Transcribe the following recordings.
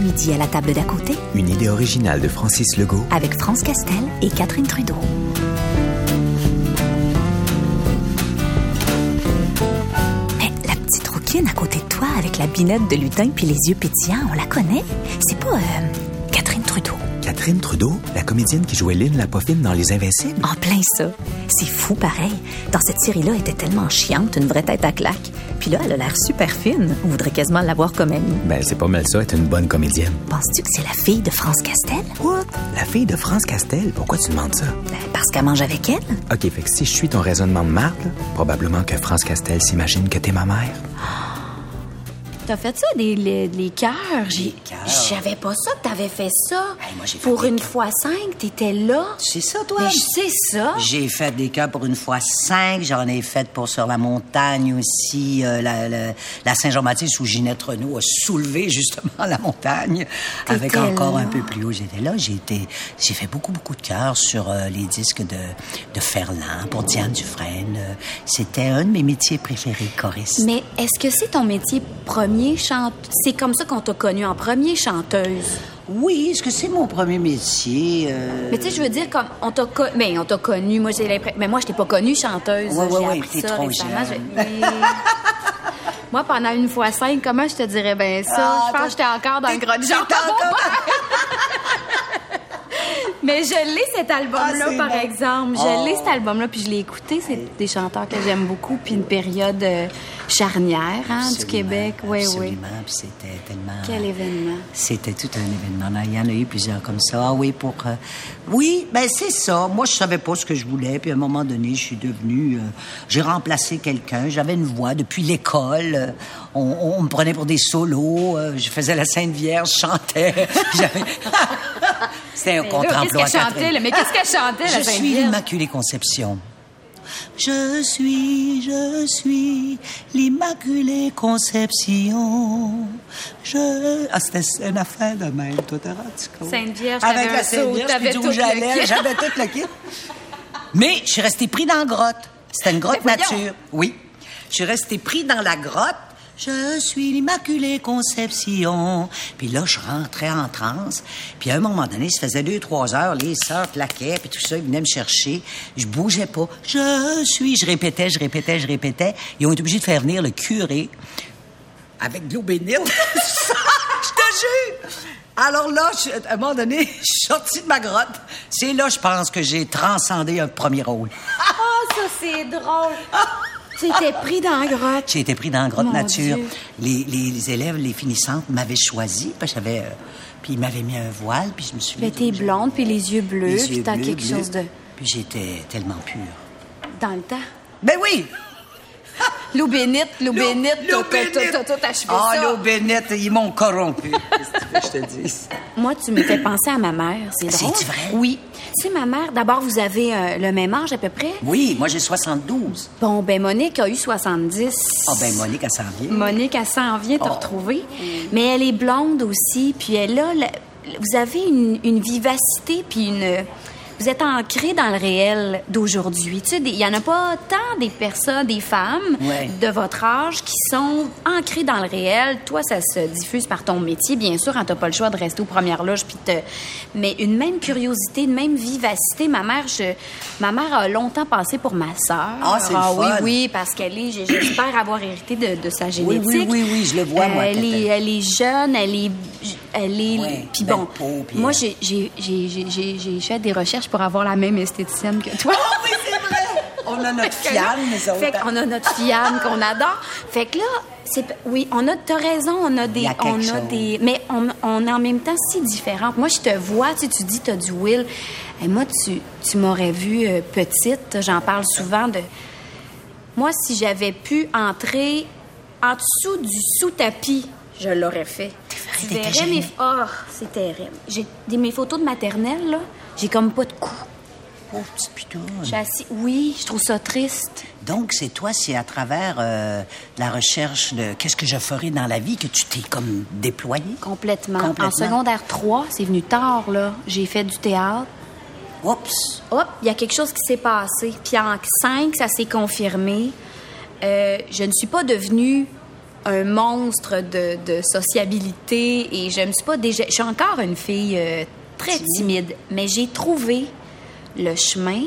midi à la table d'à côté Une idée originale de Francis Legault. avec France Castel et Catherine Trudeau. Hé, la petite rouquine à côté de toi avec la binette de lutin puis les yeux pétillants, on la connaît C'est pas euh, Catherine Trudeau. Catherine Trudeau, la comédienne qui jouait Lynn la Poffine dans Les Invincibles. En plein ça. C'est fou pareil. Dans cette série-là, elle était tellement chiante, une vraie tête à claque. Puis là, elle a l'air super fine. On voudrait quasiment l'avoir comme amie. Ben, c'est pas mal ça, être une bonne comédienne. Penses-tu que c'est la fille de France Castel? What? La fille de France Castel, pourquoi tu demandes ça? Ben, parce qu'elle mange avec elle? Ok, fait que si je suis ton raisonnement de marde, là, probablement que France Castel s'imagine que t'es ma mère. T'as fait ça, des, les, les cœurs? J'ai- Je savais pas ça que t'avais fait ça. Hey, moi, j'ai fait Pour des une cœurs. fois cinq, t'étais là. C'est ça, toi? Mais je sais ça. J'ai fait des cas pour une fois cinq. J'en ai fait pour Sur la montagne aussi. euh, la la- la Saint-Jean-Baptiste où Ginette Renault a soulevé justement la montagne. Avec T'étais encore là. un peu plus haut. J'étais là. J'ai été- j'ai fait beaucoup, beaucoup de cœurs sur euh, les disques de, de Ferland pour Diane Dufresne. Euh, C'était un de mes métiers préférés, choriste. Mais est-ce que c'est ton métier premier chante? C'est comme ça qu'on t'a connue en premier chanteuse. Oui, est-ce que c'est mon premier métier? euh, Mais tu sais, je veux dire, comme on t'a con... mais on t'a connue. Moi, j'ai l'impression. Mais moi, je t'ai pas connue chanteuse. Ouais, ouais, J'ai ouais, appris t'es ça trop récemment. jeune. Je- Mais- moi, pendant une fois cinq, comment je te dirais bien ça? Ah, je pense toi, que j'étais encore dans le gros t'étais genre. Mais je l'ai cet album-là, Ah, c'est par bon. exemple. Je Oh. l'ai cet album-là, puis je l'ai écouté. C'est des chanteurs que j'aime beaucoup, puis une période euh, charnière hein, du Absolument, Québec. Oui, oui. absolument. Puis c'était tellement. Quel événement. C'était tout un événement. Là, Il y en a eu plusieurs comme ça. Ah oui, pour. euh, Oui, ben c'est ça. Moi, je savais pas ce que je voulais. Puis à un moment donné, je suis devenue. euh, J'ai remplacé quelqu'un. J'avais une voix depuis l'école. Euh, On, on- on me prenait pour des solos. Euh, Je faisais la Sainte Vierge, je chantais. J'avais- C'était un Mais là, contre-emploi. Qu'est-ce qu'elle Catherine. chantait, là? Mais qu'est-ce qu'elle chantait, la Je Sainte suis Vierge? l'Immaculée Conception. Je suis, je suis l'Immaculée Conception. Je. Ah, c'était une affaire de même, toi, t'as rendu compte? Sainte Vierge, Avec t'avais un la Sainte saut, Vierge, t'avais puis d'où tout le j'allais, kit. j'avais tout le kit. Mais je suis restée pris dans la grotte. C'était une grotte Mais voyons. nature. Oui. Je suis restée pris dans la grotte. Je suis l'Immaculée Conception. Puis là, je rentrais en transe. Puis à un moment donné, ça faisait deux, trois heures, les sœurs plaquaient, puis tout ça, ils venaient me chercher. Je bougeais pas. Je suis, je répétais, je répétais, je répétais. Ils ont été obligés de faire venir le curé avec de l'eau bénite. je te jure! Alors là, je- à un moment donné, je suis sortie de ma grotte. C'est là, je pense, que j'ai transcendé un premier rôle. Ah, ça, c'est drôle. Ah! Tu étais pris dans la grotte. J'ai été pris dans la grotte Mon nature. Dieu. Les, les- les élèves, les finissantes m'avaient choisi, parce que j'avais... euh, puis ils m'avaient mis un voile, puis je me suis Mais t'es blonde, puis les yeux bleus, Les puis yeux t'as bleus, quelque bleus. chose de... Puis j'étais tellement pure. Dans le temps. Ben oui! L'eau bénite, l'eau bénite, L'eau t'as- t'as- bénite. t'as t'as- t'as achevé Ah, l'eau ça. bénite, ils m'ont corrompu. Qu'est-ce que tu veux que je te dise? Moi, tu me fais penser à ma mère, c'est drôle. Ah, C'est-tu vrai? Oui. Tu sais, ma mère, d'abord, vous avez euh, le même âge à peu près. Oui, moi j'ai 72. Bon, ben Monique a eu 70. Ah ben Monique, elle s'en vient. Monique, elle s'en vient te Oh. retrouver. Mais elle est blonde aussi, puis elle a... la- Vous avez une, une vivacité, puis une... Vous êtes ancrée dans le réel d'aujourd'hui. Tu sais, des- il y en a pas tant des personnes, des femmes Ouais. de votre âge qui sont ancrées dans le réel. Toi, ça se diffuse par ton métier, bien sûr, quand t'as pas le choix de rester aux premières loges, puis te... Mais une même curiosité, une même vivacité. Ma mère, je... ma mère a longtemps passé pour ma sœur. Ah, c'est le oui, fun. oui, oui, parce qu'elle est, j'ai- j'espère avoir hérité de, de sa oui, génétique. oui, oui, je le vois, moi, Elle Tata. est, elle est jeune, elle est, elle est, Ouais, puis belle bon. peau, puis, moi, euh, j'ai, j'ai, j'ai, j'ai- j'ai, j'ai fait des recherches pour avoir la même esthéticienne que toi. Ah oui, c'est vrai! On a notre fiamme, nous autres. hein. Fait qu'on a notre fiamme qu'on adore. Fait que là, c'est oui, on a t'as raison, on a des Il y a quelque on a chose. des mais on, on est en même temps si différentes. Moi je te vois, tu tu dis t'as du will. Et moi tu tu m'aurais vu euh, petite, j'en parle souvent de Moi si j'avais pu entrer en dessous du sous-tapis, je l'aurais fait. Tu t'étais verrais gênée. mes oh, c'est terrible. J'ai des- mes photos de maternelle là, j'ai comme pas de cou. Pauvre petite pitoune. Je suis assise- oui, je trouve ça triste. Donc, c'est toi, c'est à travers euh, la recherche de qu'est-ce que je ferai dans la vie que tu t'es comme déployé. Complètement. En Complètement. secondaire 3, c'est venu tard, là. J'ai fait du théâtre. Oups! Hop, il y a quelque chose qui s'est passé. Puis en 5, ça s'est confirmé. Euh, je ne suis pas devenue un monstre de, de sociabilité et je me suis pas déjà. Je suis encore une fille euh, très timide, mais j'ai trouvé le chemin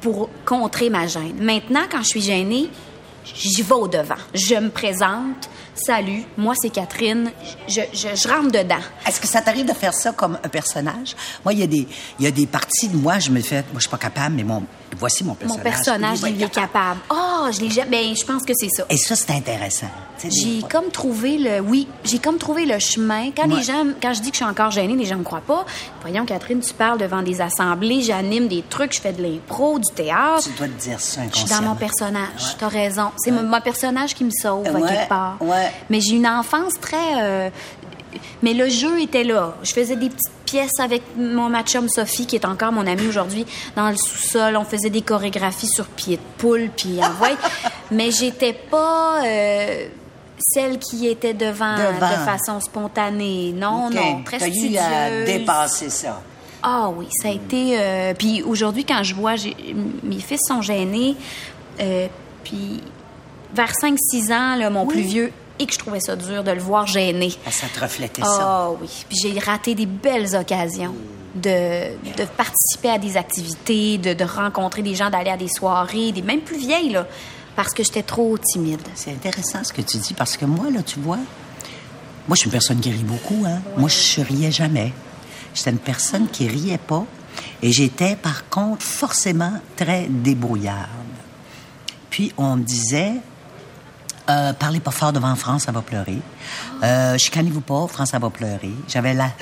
pour contrer ma gêne. Maintenant, quand je suis gênée, j'y vais au devant. Je me présente. Salut, moi c'est Catherine. Je, je- je rentre dedans. Est-ce que ça t'arrive de faire ça comme un personnage? Moi, il y, a des- il y a des parties de moi, je me fais, moi, je suis pas capable, mais mon, voici mon Mon personnage. personnage, va être il est capable. Oh, je l'ai jamais. Ben, je pense que c'est ça. Et ça, c'est intéressant. Tu sais, des J'ai fois- comme trouvé le oui, j'ai comme trouvé le chemin. Quand Ouais. les gens, quand je dis que je suis encore gênée, les gens me croient pas. Voyons Catherine, tu parles devant des assemblées, j'anime des trucs, je fais de l'impro, du théâtre. Tu dois te dire ça Je suis inconsciemment. dans mon personnage. T'as raison. C'est mon- mon personnage qui me sauve Ouais, à quelque part. ouais. Mais j'ai une enfance très. euh, Mais le jeu était là. Je faisais des petites pièces avec mon matchum Sophie, qui est encore mon amie aujourd'hui, dans le sous-sol. On faisait des chorégraphies sur pied de poule, puis en vrai. Mais j'étais pas euh, celle qui était devant, Devant. de façon spontanée. Non, Ok. non. Très T'as eu studieuse. à dépasser ça. Ah oui, ça a été. euh, puis aujourd'hui, quand je vois, j'ai- m- mes fils sont gênés. euh, puis vers 5-6 ans, là, mon plus vieux, et que je trouvais ça dur de le voir gêné. Ah, Ça te reflétait ça. Ah oui. Puis j'ai raté des belles occasions de, de participer à des activités, de, de rencontrer des gens, d'aller à des soirées, des même plus vieilles, là, parce que j'étais trop timide. C'est intéressant ce que tu dis parce que moi, là, tu vois, moi, je suis une personne qui rit beaucoup. Hein? Moi, je riais jamais. J'étais une personne qui riait pas et j'étais, par contre, forcément très débrouillarde. Puis, on me disait, euh, parlez pas fort devant France, ça va pleurer. Euh, chicanez-vous pas, France, ça va pleurer. J'avais la...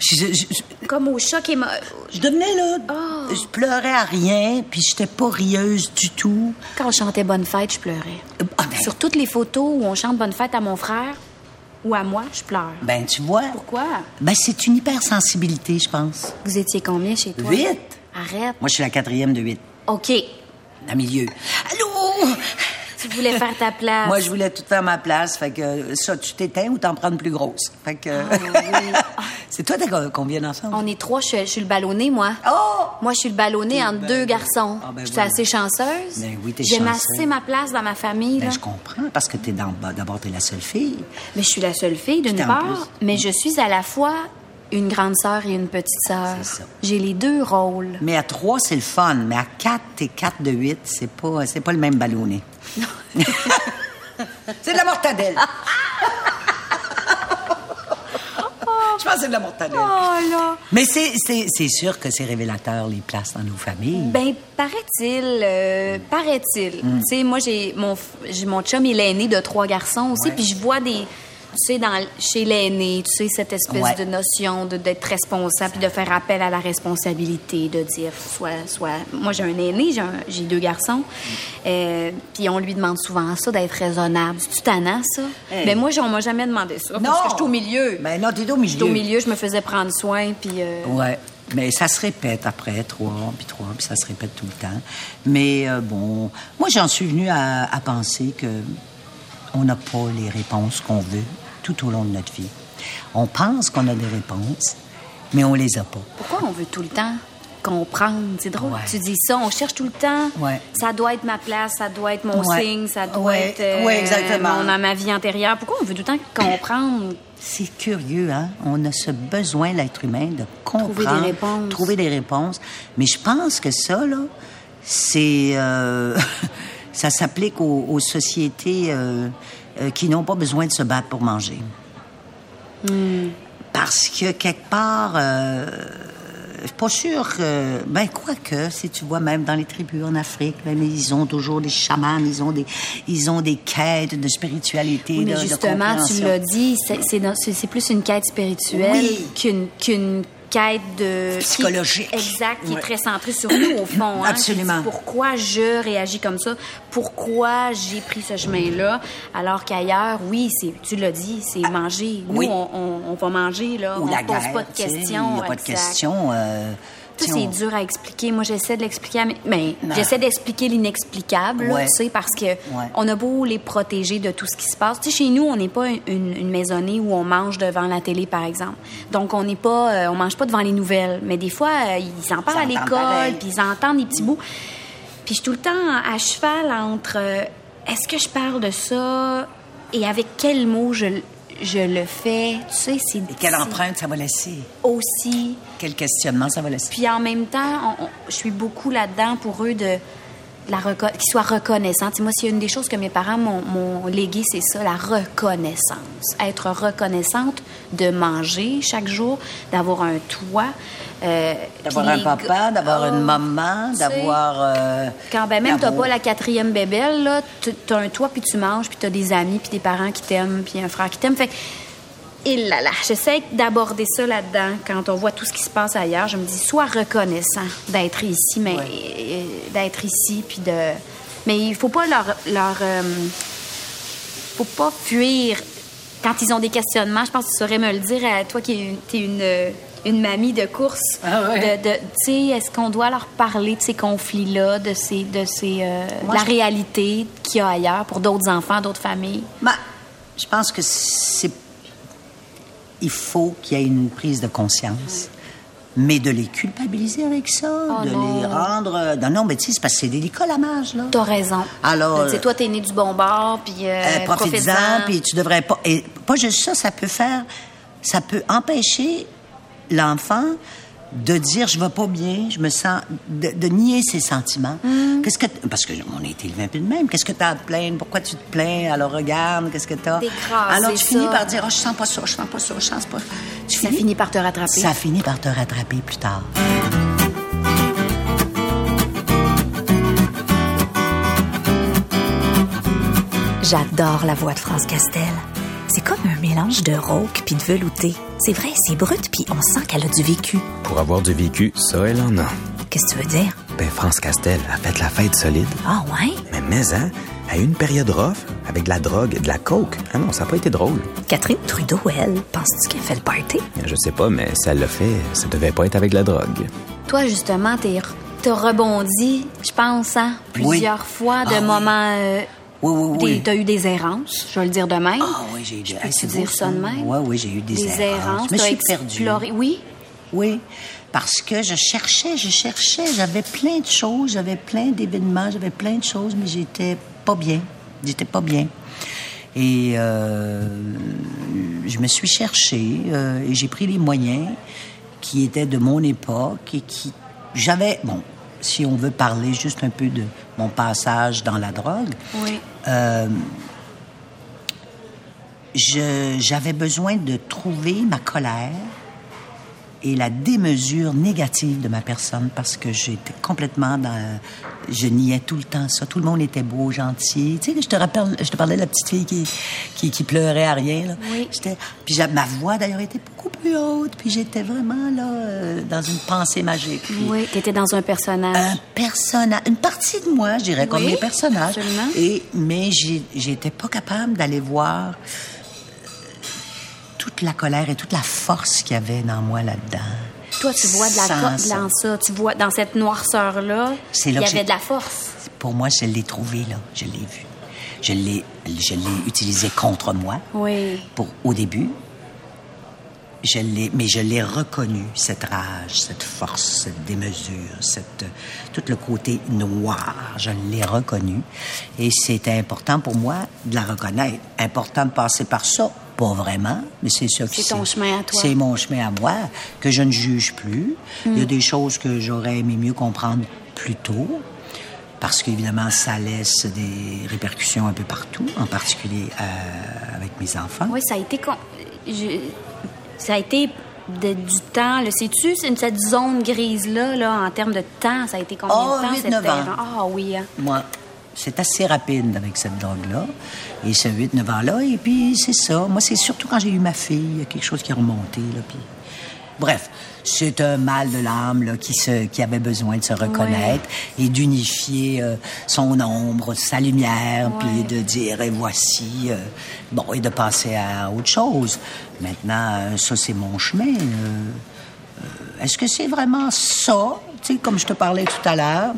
Je- je- je- Comme au choc émo... je devenais là... Oh. Je pleurais à rien, puis j'étais pas rieuse du tout. Quand on chantait Bonne Fête, je pleurais. Ah, ben, Sur toutes les photos où on chante Bonne Fête à mon frère ou à moi, je pleure. ben, tu vois... Pourquoi? Ben, c'est une hypersensibilité, je pense. Vous étiez combien chez toi? Huit. Arrête. Moi, je suis la quatrième de huit, OK. la milieu. Allô? Tu voulais faire ta place. Moi, je voulais tout faire ma place. Fait que ça, tu t'éteins ou t'en prends une plus grosse. Fait que. Ah, oui. c'est toi, t'as combien d'ensemble? On est trois, je, je suis le ballonné, moi. Oh! Moi, je suis le ballonné entre ben deux oui. garçons. Ah, ben J'étais voilà. assez chanceuse. Ben oui, t'es J'aime chanceuse. assez ma place dans ma famille. Ben, là. je comprends, parce que t'es dans. ben, D'abord, t'es la seule fille. Mais je suis la seule fille, d'une Puis en part, plus- mais je suis à la fois une grande sœur et une petite sœur. C'est ça. J'ai les deux rôles. Mais à trois, c'est le fun. Mais à quatre, t'es quatre de huit. C'est pas, c'est pas le même ballonné. c'est de la mortadelle. je pense que c'est de la mortadelle. Oh là! Mais c'est, c'est, c'est sûr que c'est révélateur, les places dans nos familles. Ben, paraît-il, euh, paraît-il. Mm. Tu sais, moi, j'ai mon, f- j'ai mon chum, il est aîné de trois garçons aussi, puis je vois des. Tu sais, dans, l- chez l'aîné, tu sais, cette espèce Ouais. de notion de, d'être responsable, puis de faire appel à la responsabilité, de dire, soit, soit. Moi, j'ai un aîné, j'ai, un- j'ai deux garçons, Mm. euh, puis on lui demande souvent ça, d'être raisonnable. C'est-tu tannant, ça? Hey. Ben, moi, j'ai- on m'a jamais demandé ça, parce que je suis au milieu. Ben non, t'es au je milieu. suis au milieu, je me faisais prendre soin, puis. euh, Ouais. Mais ça se répète après, trois, puis trois, puis ça se répète tout le temps. Mais euh, bon, moi, j'en suis venue à, à penser que on n'a pas les réponses qu'on veut tout au long de notre vie. On pense qu'on a des réponses, mais on les a pas. Pourquoi on veut tout le temps comprendre? C'est drôle. Ouais. Tu dis ça, on cherche tout le temps. Ouais. Ça doit être ma place, ça doit être mon Ouais. signe, ça doit Ouais. être euh, Ouais, exactement. mon- ma vie antérieure. Pourquoi on veut tout le temps comprendre? C'est curieux, hein? On a ce besoin, l'être humain, de comprendre. Trouver des réponses. trouver des réponses. Mais je pense que ça, là, c'est... euh, ça s'applique aux, aux sociétés euh, euh, qui n'ont pas besoin de se battre pour manger. Hmm. Parce que, quelque part... euh, je suis pas sûre que... Ben, quoique, si tu vois, même dans les tribus en Afrique, même, ils ont toujours des chamans, ils ont des, ils ont des quêtes de spiritualité, Oui, mais de- de justement, tu compréhension. l'as dit, c'est- c'est dans- c'est c'est plus une quête spirituelle Oui. qu'une qu'une quête de qui- Psychologique. exact, qui Ouais. est très centrée sur nous au fond. hein, Absolument. qui dit pourquoi je réagis comme ça Pourquoi j'ai pris ce chemin-là Alors qu'ailleurs, oui, c'est tu l'as dit, c'est manger. Nous, oui. on, on- on va manger là. ou on la se pose guerre. pas de tu sais, questions. Il n'y a pas de exact. questions. euh, Ça, tu sais, c'est on- dur à expliquer. Moi, j'essaie de l'expliquer à mes... Mais Non. j'essaie d'expliquer l'inexplicable, là, Ouais. tu sais, parce que Ouais. on a beau les protéger de tout ce qui se passe. Tu sais, chez nous, on n'est pas une, une maisonnée où on mange devant la télé, par exemple. Donc, on n'est pas... euh, on mange pas devant les nouvelles. Mais des fois, euh, ils en parlent à Ils entendent pareil. l'école, puis ils entendent des petits bouts. Puis je suis tout le temps à cheval entre... euh, Est-ce que je parle de ça et avec quel mot je, l- je le fais. Tu sais, c'est Et quelle c'est empreinte ça va laisser? aussi. Quel questionnement ça va laisser? Puis en même temps, on- on- je suis beaucoup là-dedans pour eux de, de la reco- qu'ils soient reconnaissants. Tu sais, moi, c'est une des choses que mes parents m'ont m'ont légué, c'est ça, la reconnaissance. Être reconnaissante de manger chaque jour, d'avoir un toit. euh, D'avoir puis un les papa, gars- d'avoir une Oh, maman, tu sais, d'avoir. euh, Quand ben même t'as d'amour. pas la quatrième bébelle, là, t- t'as un toit puis tu manges puis t'as des amis puis des parents qui t'aiment puis un frère qui t'aime. Fait que, et là là, j'essaie d'aborder ça là-dedans. Quand on voit tout ce qui se passe ailleurs, je me dis sois reconnaissant d'être ici, mais Ouais. euh, d'être ici puis de. Mais il faut pas leur leur euh, faut pas fuir quand ils ont des questionnements. Je pense que tu saurais me le dire à toi qui es une, t'es une, euh, une mamie de course. Ah ouais. De, de- tu sais, est-ce qu'on doit leur parler de ces conflits-là, de ces, de ces, euh, Moi, de la je- réalité qu'il y a ailleurs pour d'autres enfants, d'autres familles? Ben, je pense que c'est. Il faut qu'il y ait une prise de conscience. Mais de les culpabiliser avec ça, Oh de non. les rendre. euh, Non, non, mais tu sais, c'est parce que c'est délicat la mage, là. T'as raison. Alors- Tu sais, toi, t'es né du bon bord, puis euh, Euh, profites-en, profites-en. puis tu devrais pas. Et pas juste ça, ça peut faire. Ça peut empêcher l'enfant de dire je vais pas bien, je me sens. de, de nier ses sentiments. Mm. Qu'est-ce que. t- Parce que on a été élevé un peu de même. Qu'est-ce que t'as à te plaindre? Pourquoi tu te plains? Alors regarde, qu'est-ce que t'as? D'écraser Alors tu ça. finis par dire oh, je sens pas ça, je sens pas ça, je sens pas. Tu Ça finit par te rattraper. ça finit par te rattraper plus tard. J'adore la voix de France Castel. C'est comme un mélange de rauque puis de velouté. C'est vrai, c'est brut puis on sent qu'elle a du vécu. Pour avoir du vécu, ça, elle en a. Qu'est-ce que tu veux dire? Ben, France Castel a fait la fête solide. Ah ouais? Mais Maison a eu une période rough avec de la drogue et de la coke. Ah non, ça n'a pas été drôle. Ben, Catherine Trudeau, elle, penses-tu qu'elle fait le party? Je sais pas, mais si elle l'a fait, ça devait pas être avec de la drogue. Toi, justement, t'es t'as rebondi, je pense, hein, Oui. plusieurs fois de Ah oui. moments... euh, Oui, oui, des- oui. T'as eu des errances, je vais le dire de même. Ah oui, j'ai eu des Peux-tu dire ça de même? Oui, oui, j'ai eu des, des errances. Mais je t'as suis perdue. exploré- Oui, Oui, parce que je cherchais, je cherchais, j'avais plein de choses, j'avais plein d'événements, j'avais plein de choses, mais j'étais pas bien. J'étais pas bien. Et euh, je me suis cherchée euh, et j'ai pris les moyens qui étaient de mon époque et qui. J'avais. Bon, si on veut parler juste un peu de mon passage dans la drogue, oui. Euh, je- j'avais besoin de trouver ma colère et la démesure négative de ma personne parce que j'étais complètement dans... Je niais tout le temps ça. Tout le monde était beau, gentil. Tu sais, je te rappelle, je te parlais de la petite fille qui, qui, qui pleurait à rien. Là. Oui. J'étais- Puis j'a- ma voix, d'ailleurs, était beaucoup plus haute. Puis j'étais vraiment là, euh, dans une pensée magique. Puis Oui, t'étais dans un personnage. un personnage, une partie de moi, je dirais, comme Oui, les personnages. absolument. Et mais j'ai- j'étais pas capable d'aller voir euh, toute la colère et toute la force qu'il y avait dans moi là-dedans. Toi, tu vois de la Sans co- ça. dans ça, tu vois dans cette noirceur là, C'est il y là que avait j'ai- de la force. Pour moi, je l'ai trouvé là, je l'ai vu, je l'ai, je l'ai utilisé contre moi. Oui. pour au début. Je l'ai, mais je l'ai reconnu, cette rage, cette force, cette démesure, cette, tout le côté noir, je l'ai reconnu. Et c'était important pour moi de la reconnaître. Important de passer par ça, pas vraiment, mais c'est ça qui C'est ton chemin à toi. C'est mon chemin à moi, que je ne juge plus. Il Mm. y a des choses que j'aurais aimé mieux comprendre plus tôt, parce qu'évidemment, ça laisse des répercussions un peu partout, en particulier euh, avec mes enfants. Oui, ça a été con- je- ça a été de- du temps, le sais-tu, c'est une- cette zone grise là là en termes de temps, ça a été combien Oh, de temps huit, cette neuf ans. erreur? Ah oui. hein. Moi, c'est assez rapide avec cette drogue-là. Et ce 8-9 ans-là. Et puis, c'est ça. Moi, c'est surtout quand j'ai eu ma fille, il y a quelque chose qui est remonté. Là, puis... Bref, c'est un mal de l'âme là, qui, se, qui avait besoin de se reconnaître et d'unifier euh, son ombre, sa lumière, puis de dire, et voici, euh, bon, et de passer à autre chose. Maintenant, euh, ça, c'est mon chemin. euh, est-ce que c'est vraiment ça, tu sais, comme je te parlais tout à l'heure?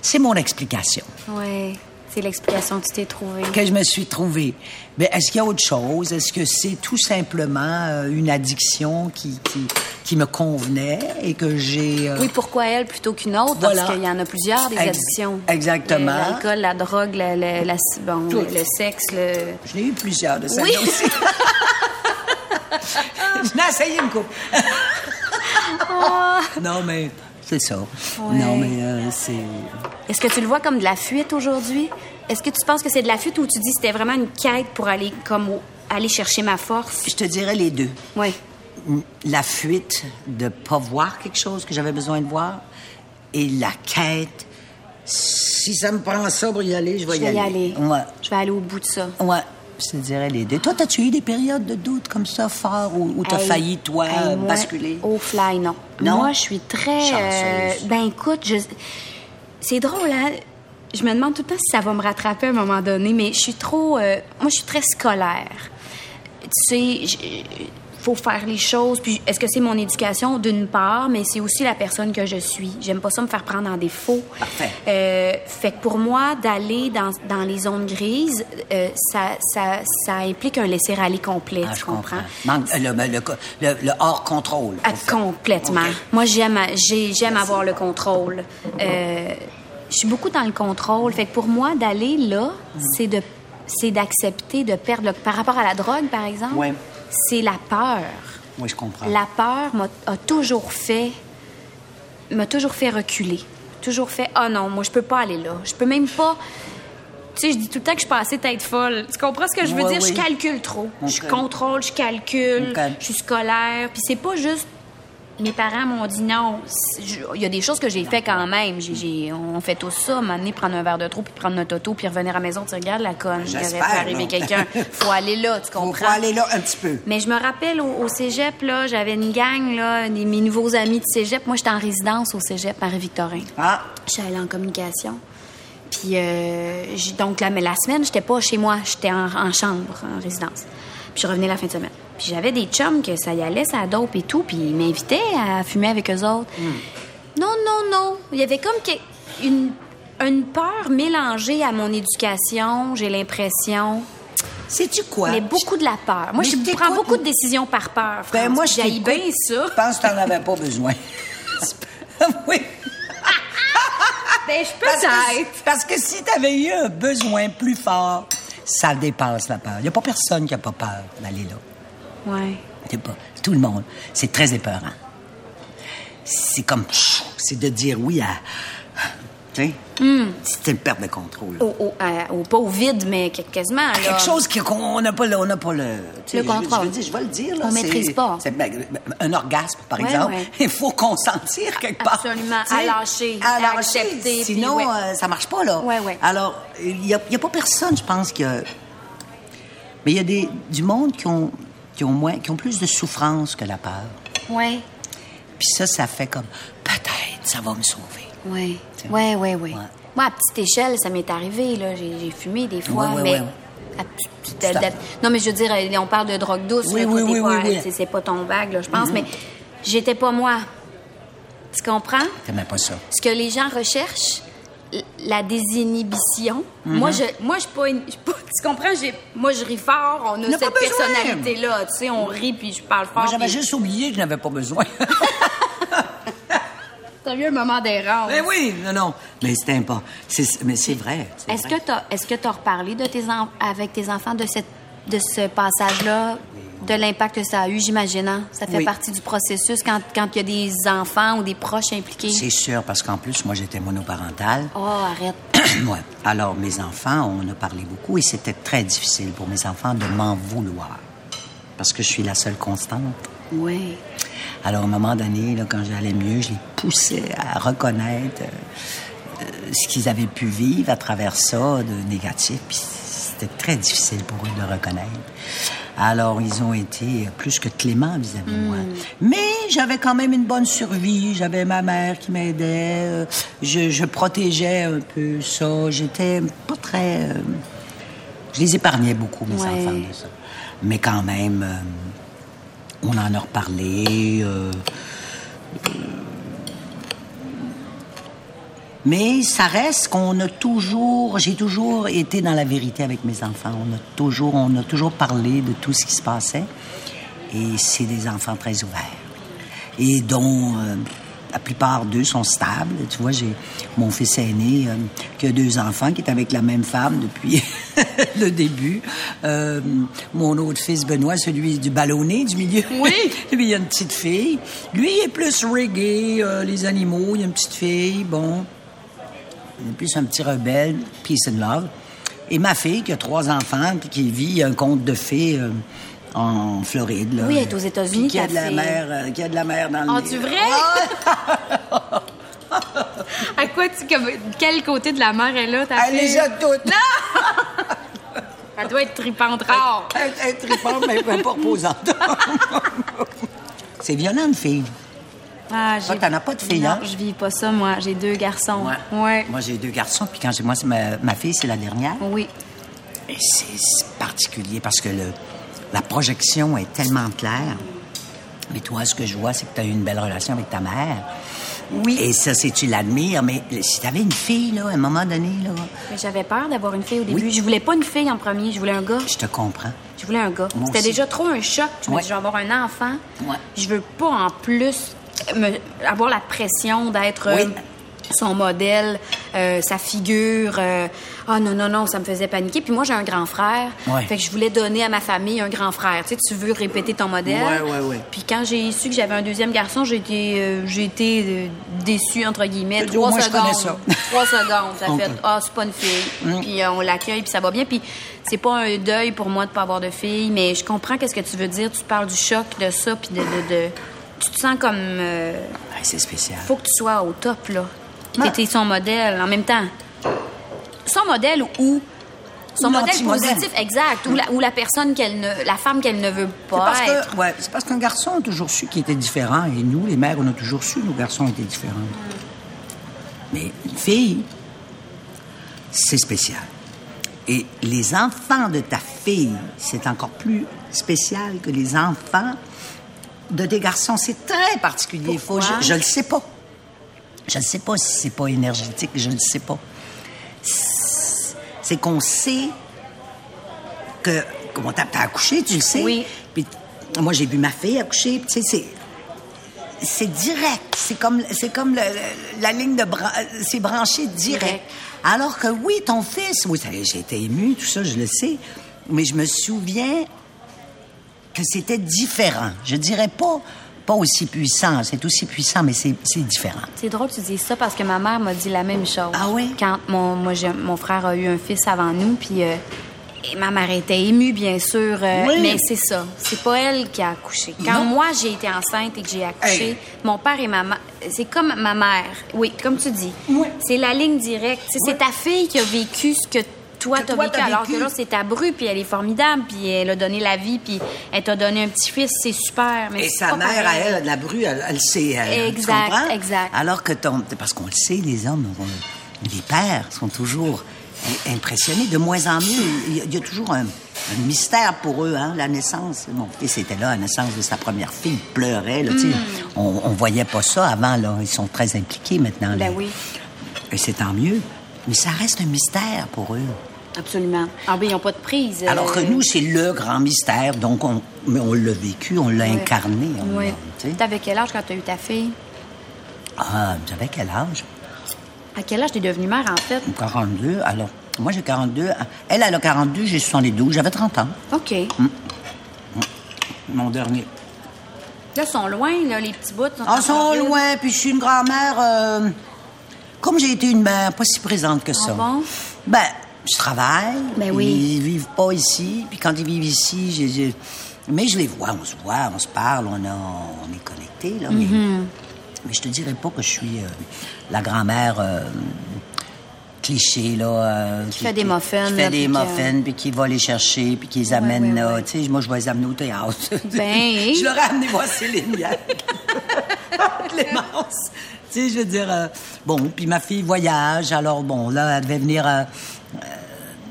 C'est mon explication. Ouais. C'est l'explication que tu t'es trouvée. que je me suis trouvée. Mais est-ce qu'il y a autre chose? Est-ce que c'est tout simplement euh, une addiction qui, qui, qui me convenait et que j'ai... euh, Oui, pourquoi elle plutôt qu'une autre? Voilà. Parce qu'il y en a plusieurs, des Ex- additions. exactement. Le- L'alcool, la drogue, la, la- la- bon, Tout. le sexe, le... Je l'ai eu plusieurs de ça Oui. aussi. je n'ai essayé une coupe. Oh. non, mais c'est ça. Non, mais euh, c'est... Est-ce que tu le vois comme de la fuite aujourd'hui? Est-ce que tu penses que c'est de la fuite ou tu dis que c'était vraiment une quête pour aller comme au- aller chercher ma force? Je te dirais les deux. Oui. la fuite de pas voir quelque chose que j'avais besoin de voir et la quête. Si ça me prend ça pour y aller, je vais Je y vais y aller. aller. Ouais. Je vais aller au bout de ça. Ouais. Je te dirais les deux. Toi, t'as-tu eu des périodes de doute comme ça, fort, où, où t'as Hey, failli, toi, hey, Oh, moi, basculer? Au fly, non. Non? Moi, je suis très. Chanceuse. ben, écoute, je... c'est drôle, hein? Je me demande tout le temps si ça va me rattraper à un moment donné, mais je suis trop. euh, Moi, je suis très scolaire. Tu sais, je- faut faire les choses. Puis, est-ce que c'est mon éducation, d'une part, mais c'est aussi la personne que je suis. J'aime pas ça me faire prendre en défaut. Parfait. Euh, fait que pour moi, d'aller dans, dans les zones grises, euh, ça, ça, ça implique un laisser-aller complet. Ah, tu je comprends. comprends? Manque- le, le- le- le hors contrôle. Ah, au fait. complètement. Ok. Moi, j'aime, j'ai- j'aime avoir le contrôle. Euh, je suis beaucoup dans le contrôle. Fait que pour moi, d'aller là, c'est de, c'est d'accepter de perdre. le- Par rapport à la drogue, par exemple, Ouais. c'est la peur. Oui, je comprends. La peur m'a a toujours fait, m'a toujours fait reculer. Toujours fait, ah non, moi, je peux pas aller là. Je peux même pas. Tu sais, je dis tout le temps que je suis pas assez tête folle. Tu comprends ce que je veux Ouais, dire? Je oui. calcule trop. Je Ok. contrôle, je calcule, Ok. Hum, je suis scolaire. Puis c'est pas juste. Mes parents m'ont dit non. C'est- je- Il y a des choses que j'ai fait quand même. J'ai- j'ai- on fait tout ça. M'amener prendre un verre de trop, puis prendre notre auto, puis revenir à la maison. Tu regardes la conne. Il aurait pu J'espère, arriver non? quelqu'un. Faut aller là, tu On comprends? pourrait aller là un petit peu. Mais je me rappelle au, au cégep, là, j'avais une gang, là, des- mes nouveaux amis de cégep. Moi, j'étais en résidence au cégep Marie-Victorin. Ah, Je suis allée en communication. Puis, euh, j'ai- donc, la, mais la semaine, j'étais pas chez moi. J'étais en, en chambre, en résidence. Puis, je revenais la fin de semaine. Puis, j'avais des chums que ça y allait, ça dope et tout. Puis, ils m'invitaient à fumer avec eux autres. Hmm. Non, non, non. Il y avait comme que- une, une peur mélangée à mon éducation, j'ai l'impression. sais-tu quoi? Mais beaucoup de la peur. Moi, Mais je je t'écoute, prends beaucoup de mais- décisions par peur. Ben, France, moi, puis je j'haïs bien t'écoute. ça. Je pense que t'en avais pas besoin. oui. Ben, je Parce peut-être. que, parce que si t'avais eu un besoin plus fort, ça dépasse la peur. Il n'y a pas personne qui a pas peur d'aller là. Ouais. C'est pas- tout le monde. C'est très épeurant. C'est comme... pfff, C'est de dire oui à... Tu sais? Hmm. C'est une perte de contrôle. Au, au- à- au- pas au vide, mais que- quasiment. Oh là. Quelque chose qui- qu'on n'a pas le... On n'a pas le... tu sais, Le je- contrôle. Je, veux dire, je vais le dire. Là, On c'est- maîtrise pas. c'est- ben, un orgasme, par Ouais, exemple. ouais. Il faut consentir quelque part. Absolument. Tu sais, À lâcher, À à lâcher. accepter, puis Sinon, ouais. euh, ça marche pas, là. Ouais, ouais. Alors, il n'y a, il y a pas personne, je pense, qui a... Mais il y a des, du monde qui ont, qui, ont moins, qui ont plus de souffrance que la peur. Ouais. Puis ça, ça fait comme... Peut-être, ça va me sauver. Ouais. Tiens. Ouais, ouais, ouais. Ouais. Moi, à petite échelle, ça m'est arrivé. là. J'ai j'ai fumé des fois, Ouais, ouais, mais. ouais, ouais. à petite- Tout à fait. Non, mais je veux dire, euh, on parle de drogue douce. Oui, là, toi, oui, t'es oui, pas- oui, oui. c'est- C'est pas ton vague, là, je pense, mais j'étais pas moi. Tu comprends? T'aimais pas ça. ce que les gens recherchent, l- la désinhibition. Mm-hmm. Moi, je, moi, je suis pas, une- je suis pas- tu comprends, j'ai, moi, je ris fort, on a N'a pas cette besoin. personnalité-là, tu sais, on rit puis je parle fort. Moi, j'avais puis- juste oublié que je n'avais pas besoin. T'as eu un moment d'erreur. Mais Ben oui, non, non. Mais c'était important. C'est- Mais c'est vrai. c'est Est-ce vrai. que t'as, est-ce que t'as reparlé de tes en- avec tes enfants de cette, de ce passage-là, de l'impact que ça a eu, j'imagine, hein? Ça fait Oui. partie du processus quand, quand il y a des enfants ou des proches impliqués. C'est sûr, parce qu'en plus, moi, j'étais monoparentale. Oh, arrête. Ouais. Alors, mes enfants, on a parlé beaucoup et c'était très difficile pour mes enfants de m'en vouloir. Parce que je suis la seule constante. Oui. Alors, à un moment donné, là, quand j'allais mieux, je les poussais à reconnaître euh, euh, ce qu'ils avaient pu vivre à travers ça de négatif. Puis c'était très difficile pour eux de le reconnaître. Alors, ils ont été plus que cléments vis-à-vis de moi. Mais j'avais quand même une bonne survie. J'avais ma mère qui m'aidait. Euh, Je, je protégeais un peu ça. J'étais pas très... euh, je les épargnais beaucoup, mes Ouais. enfants, de ça. Mais quand même... euh, on en a reparlé. euh, euh, Mais ça reste qu'on a toujours, j'ai toujours été dans la vérité avec mes enfants. On a toujours, on a toujours parlé de tout ce qui se passait. Et c'est des enfants très ouverts. Et dont euh, la plupart d'eux sont stables. Tu vois, j'ai mon fils aîné euh, qui a deux enfants, qui est avec la même femme depuis le début. Euh, mon autre fils Benoît, celui du ballonné du milieu. Oui. Lui, il a une petite fille. Lui, il est plus reggae, euh, les animaux, il a une petite fille, bon. Il est plus un petit rebelle, peace and love. Et ma fille, qui a trois enfants, puis qui vit un conte de fées euh, en Floride. Là, Oui, elle est aux États-Unis, Puis Qui a ta de la fille. mer, euh, qui a de la mer dans le Ah, nez, tu là. vrai? Ouais. Ah! À quoi tu. comme- Quel côté de la mer est là, ta Elle fille? les a toutes. Elle doit être tripante rare. Elle elle est tripante, mais elle est pas reposante. C'est violent, une fille. Ah, Toi, t'en as pas de fille, Non, hein? je vis pas ça, moi. J'ai deux garçons. Ouais. Moi, j'ai deux garçons, puis quand j'ai moi, c'est ma, ma fille, c'est la dernière. Oui. Et c'est c'est particulier parce que le, la projection est tellement claire. Mais toi, ce que je vois, c'est que tu as eu une belle relation avec ta mère. Oui. Et ça, c'est tu l'admires, mais si tu avais une fille, là, à un moment donné, là, Mais j'avais peur d'avoir une fille au début. Je voulais pas une fille en premier, je voulais un gars. je te comprends. Je voulais un gars. Moi C'était aussi. déjà trop un choc. Je me Ouais. dis, je vais avoir un enfant. Ouais. Je veux pas en plus me- avoir la pression d'être euh, Oui. son modèle, euh, sa figure. euh, Ah non, non, non, ça me faisait paniquer. Puis moi, j'ai un grand frère. Ouais. Fait que je voulais donner à ma famille un grand frère. Tu sais, tu veux répéter ton modèle. Ouais, ouais, ouais. Puis quand j'ai su que j'avais un deuxième garçon, j'ai été, euh, j'ai été euh, déçue, entre guillemets, T'as dit, trois au moins, je secondes. connais ça. Trois secondes. Ça Ok. Mm. fait ah, c'est pas une fille. Puis euh, on l'accueille, puis ça va bien. Puis c'est pas un deuil pour moi de pas avoir de fille, mais je comprends qu'est-ce que tu veux dire. Tu parles du choc, de ça, puis de, de- de- Tu te sens comme. euh, Ouais, c'est spécial. faut que tu sois au top, là. Ouais. T'étais son modèle en même temps. Son modèle ou. Son Ou modèle l'anti-modèle. positif, exact. Ou la, ou la personne qu'elle ne. La femme qu'elle ne veut C'est pas parce que- être. ouais, c'est parce qu'un garçon a toujours su qu'il était différent. Et nous, les mères, on a toujours su que nos garçons étaient différents. Mais une fille, c'est spécial. Et les enfants de ta fille, c'est encore plus spécial que les enfants de des garçons. C'est très particulier. Faut- Pourquoi? je, je le sais pas. Je ne sais pas si c'est pas énergétique, je ne sais pas. C'est qu'on sait que comment t'as t'as accouché, tu le sais. Oui. Puis t- moi j'ai vu ma fille accoucher, puis tu sais c'est c'est direct, c'est comme c'est comme le- le- la ligne de bran- c'est branché direct. Direct. Alors que oui, ton fils, oui, ça- j'ai été émue, tout ça, je le sais, mais je me souviens que c'était différent. Je dirais pas pas aussi puissant, c'est aussi puissant, mais c'est c'est différent. C'est drôle que tu dises ça parce que ma mère m'a dit la même chose. Ah oui? Quand mon, moi, j'ai- mon frère a eu un fils avant nous, puis euh, et ma mère était émue, bien sûr, euh, Oui. mais c'est ça. C'est pas elle qui a accouché. Quand Non. moi, j'ai été enceinte et que j'ai accouché, Hey. mon père et ma mère, c'est comme ma mère. Oui, comme tu dis. Oui. C'est la ligne directe. Tu sais, C'est ta fille qui a vécu ce que toi, Que t'as toi, vécu, t'as alors que vécu. là, c'est ta bru, puis elle est formidable, puis elle a donné la vie, puis elle t'a donné un petit-fils, c'est super, mais Et c'est sa pas mère, à pareil. elle, de la bru, elle, elle sait. Elle, hein, tu Exact, comprends? exact. Alors que ton. Parce qu'on le sait, les hommes, on- les pères sont toujours i- impressionnés. De moins en mieux, il y a, il y a toujours un, un mystère pour eux, hein, la naissance. Mon fils était là, à la naissance de sa première fille, il pleurait. Là, tu sais. Hmm. on, on voyait pas ça avant, là. Ils sont très impliqués maintenant. Ben les- oui. Et c'est tant mieux. Mais ça reste un mystère pour eux. Euh. Absolument. Ah ben, ils n'ont pas de prise. euh, Alors que nous, c'est le grand mystère. Donc, on, mais on l'a vécu, on l'a ouais. incarné. on l'a- Oui. tu sais. T'avais quel âge quand t'as eu ta fille? Ah, vous savez quel âge? À quel âge t'es devenue mère, en fait? 42. Alors, moi, j'ai 42. Elle, elle a 42, j'ai 72. J'avais 30 ans, OK. Hmm. mon dernier. Là, ils sont loin, là, les petits bouts. Ils En Ah, sont encore vides. loin, puis je suis une grand-mère... euh, comme j'ai été une mère, pas si présente que ça. Ah bon? Ben, je travaille. Ben puis oui. Ils vivent pas ici. Puis quand ils vivent ici, j'ai... j'ai- Mais je les vois, on se voit, on se parle, on, a- on est connectés, là. mais- Mm-hmm. mais, je te dirais pas que je suis euh, la grand-mère... euh, cliché là euh, qui, fait des muffins, qui là, fait puis des que- muffins puis qui va les chercher puis qui les amène ouais, là ouais. tu sais moi je vais les amener au théâtre Ben. je leur ai amené voir Céline hier. Clémence. Tu sais, je veux dire, euh, bon, puis ma fille voyage, alors bon, là, elle devait venir, euh, euh,